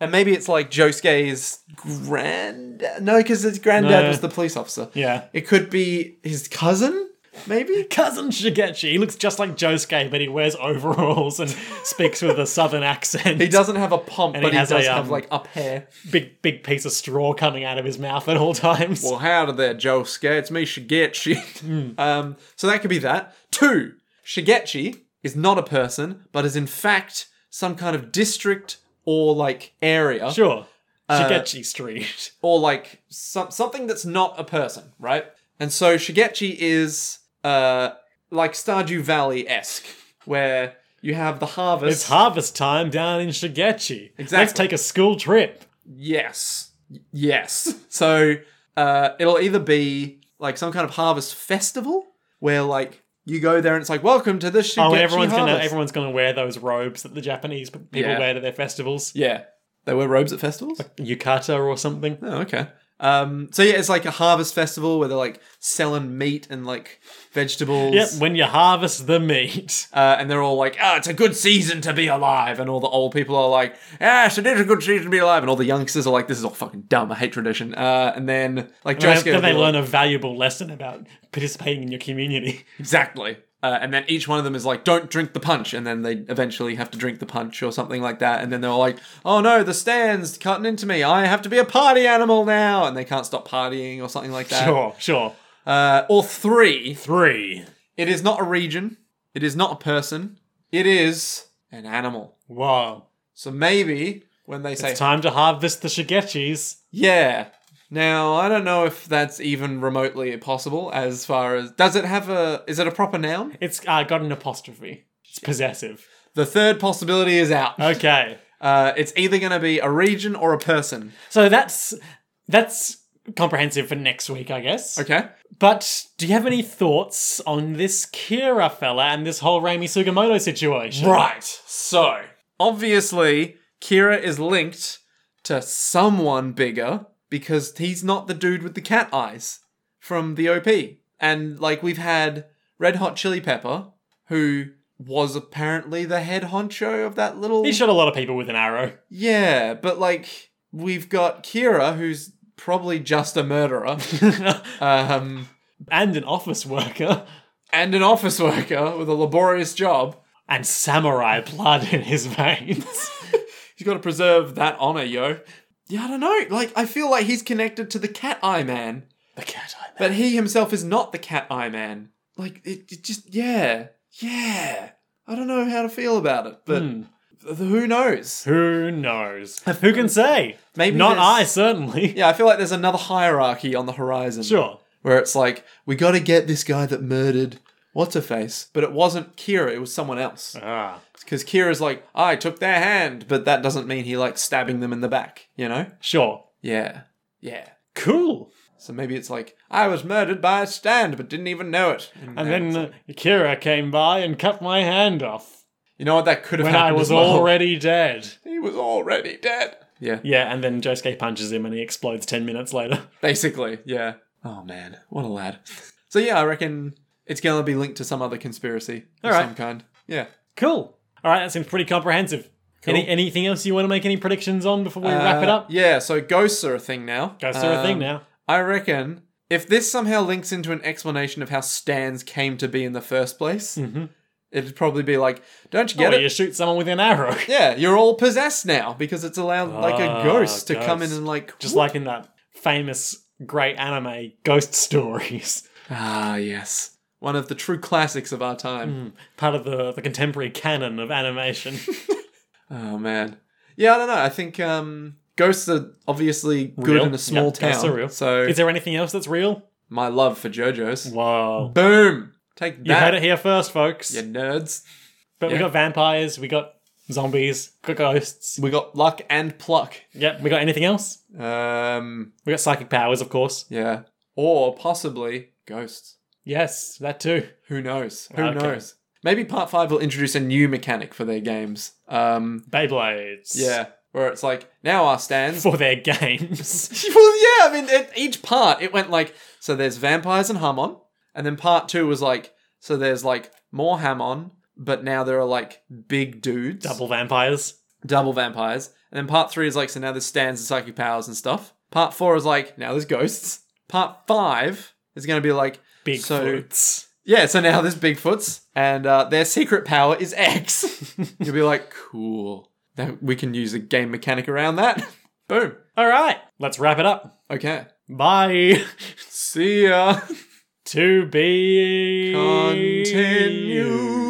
B: and maybe it's like Josuke's grand. No, because his granddad
A: No.
B: was the police officer.
A: Yeah.
B: It could be his cousin, maybe?
A: Cousin Shigechi, he looks just like Josuke, but he wears overalls and speaks with a southern accent.
B: He doesn't have a pump,
A: he
B: but he
A: has
B: does
A: a,
B: have
A: um,
B: like up hair.
A: Big big piece of straw coming out of his mouth at all times.
B: Well, howdy there, Josuke. It's me, Shigechi. Um, so that could be that. Two, Shigechi is not a person, but is in fact some kind of district or like area
A: sure.
B: uh,
A: Shigechi Street.
B: or like some, something that's not a person, right? And so Shigechi is uh, like Stardew Valley esque, where you have the harvest.
A: It's harvest time down in Shigechi. Let's
B: Exactly.
A: take a school trip.
B: Yes. Y- Yes. So uh, it'll either be like some kind of harvest festival where like you go there and it's like welcome to the Shigechi
A: Oh, and everyone's
B: harvest.
A: gonna everyone's gonna wear those robes that the Japanese people
B: Yeah.
A: wear to their festivals.
B: yeah. They wear robes at festivals.
A: Yukata or something.
B: Oh, okay. Um, so yeah, it's like a harvest festival where they're like selling meat and like vegetables.
A: Yep, when you harvest the meat.
B: Uh, and they're all like, "Ah, it's a good season to be alive." And all the old people are like, "Yes, it is a good season to be alive." And all the youngsters are like, "This is all fucking dumb. I hate tradition." Uh, and then like
A: Then
B: Josuke
A: then
B: will
A: they
B: be
A: learn
B: like-
A: a valuable lesson about participating in your community.
B: Exactly. Uh, and then each one of them is like, don't drink the punch. And then they eventually have to drink the punch or something like that. And then they're like, oh no, the stand's cutting into me. I have to be a party animal now. And they can't stop partying or something like that.
A: Sure, sure.
B: Uh, or three,
A: Three.
B: it is not a region. It is not a person. It is an animal.
A: Wow.
B: So maybe when they say,
A: It's time to harvest the shigechis.
B: yeah. Now, I don't know if that's even remotely possible as far as. Does it have a. Is it a proper noun?
A: It's uh, got an apostrophe. It's possessive.
B: The third possibility is out.
A: Okay.
B: Uh, it's either going to be a region or a person.
A: So that's that's comprehensive for next week, I guess.
B: Okay.
A: But do you have any thoughts on this Kira fella and this whole Raimi Sugimoto situation?
B: Right. So, obviously, Kira is linked to someone bigger because he's not the dude with the cat eyes from the OP. And like we've had Red Hot Chili Pepper, who was apparently the head honcho of that little
A: He shot a lot of people with an arrow.
B: Yeah, but like we've got Kira who's probably just a murderer. um
A: and an office worker.
B: and an office worker with a laborious job.
A: And samurai blood in his veins.
B: He's got to preserve that honor, yo. Yeah, I don't know. Like, I feel like he's connected to the Cat Eye Man,
A: the cat eye man.
B: but he himself is not the Cat Eye Man. Like, it, it just, yeah, yeah. I don't know how to feel about it, but th- who knows?
A: Who knows? Who can say?
B: Maybe
A: Not
B: there's-
A: I, certainly.
B: Yeah, I feel like there's another hierarchy on the horizon.
A: Sure.
B: Where it's like, we got to get this guy that murdered What's Her Face, but it wasn't Kira, it was someone else.
A: Ah,
B: Because Kira's like, I took their hand, but that doesn't mean he likes stabbing them in the back, you know?
A: sure.
B: Yeah, yeah.
A: Cool.
B: So maybe it's like, I was murdered by a stand but didn't even know it.
A: And then uh, Kira came by and cut my hand off
B: you know what that could have
A: when I
B: happened.
A: was
B: as well.
A: already dead.
B: He was already dead. Yeah.
A: Yeah, and then Josuke punches him and he explodes 10 minutes later.
B: Basically, yeah. Oh man, what a lad. So yeah, I reckon it's gonna be linked to some other conspiracy of
A: Alright.
B: some kind. Yeah.
A: Cool. All right, that seems pretty comprehensive. Any,
B: Cool.
A: anything else you want to make any predictions on before we wrap it
B: Uh,
A: up?
B: Yeah, so ghosts are a thing now.
A: Ghosts are a thing
B: Um,
A: now.
B: I reckon if this somehow links into an explanation of how stands came to be in the first place, it'd probably be like, don't you
A: Or
B: get it?
A: Mm-hmm. you shoot someone with an arrow.
B: Yeah, you're all possessed now because it's allowed like a
A: Ah,
B: ghost to come in
A: ghost.
B: and like
A: Just like in that famous great anime, Ghost Stories.
B: ah yes, one of the true classics of our time.
A: Part of the, the contemporary canon of animation.
B: Oh man, yeah, I don't know. I think um, ghosts are obviously good
A: Real.
B: in a small
A: Yeah, ghosts
B: town.
A: are real.
B: So
A: Is there anything else that's real?
B: my love for JoJo's.
A: Whoa.
B: Boom! Take
A: You heard
B: that,
A: it here first, folks.
B: you nerds.
A: But we
B: Yeah.
A: got vampires, we got zombies, we got ghosts.
B: We got luck and pluck.
A: Yep, we got anything else?
B: Um,
A: We got psychic powers, of course.
B: yeah, or possibly ghosts.
A: Yes, that too.
B: Who knows? Who
A: Okay.
B: knows? Maybe part five will introduce a new mechanic for their games. Um,
A: Beyblades.
B: Yeah, where it's like now our stands. well,
A: For their games.
B: yeah, I mean, it, each part it went like so. There's vampires and Hamon, and then part two was like so. There's like more Hamon, but now there are like big dudes,
A: Double vampires.
B: double vampires, and then part three is like so now there's stands and psychic powers and stuff. Part four is like now there's ghosts. Part five is going to be like
A: Big
B: So-
A: flutes.
B: yeah, so now there's Bigfoots, and uh, their secret power is X. You'll be like, cool. Now we can use a game mechanic around that. Boom.
A: All right, let's wrap it up.
B: Okay.
A: Bye.
B: See ya.
A: to be
B: Continue.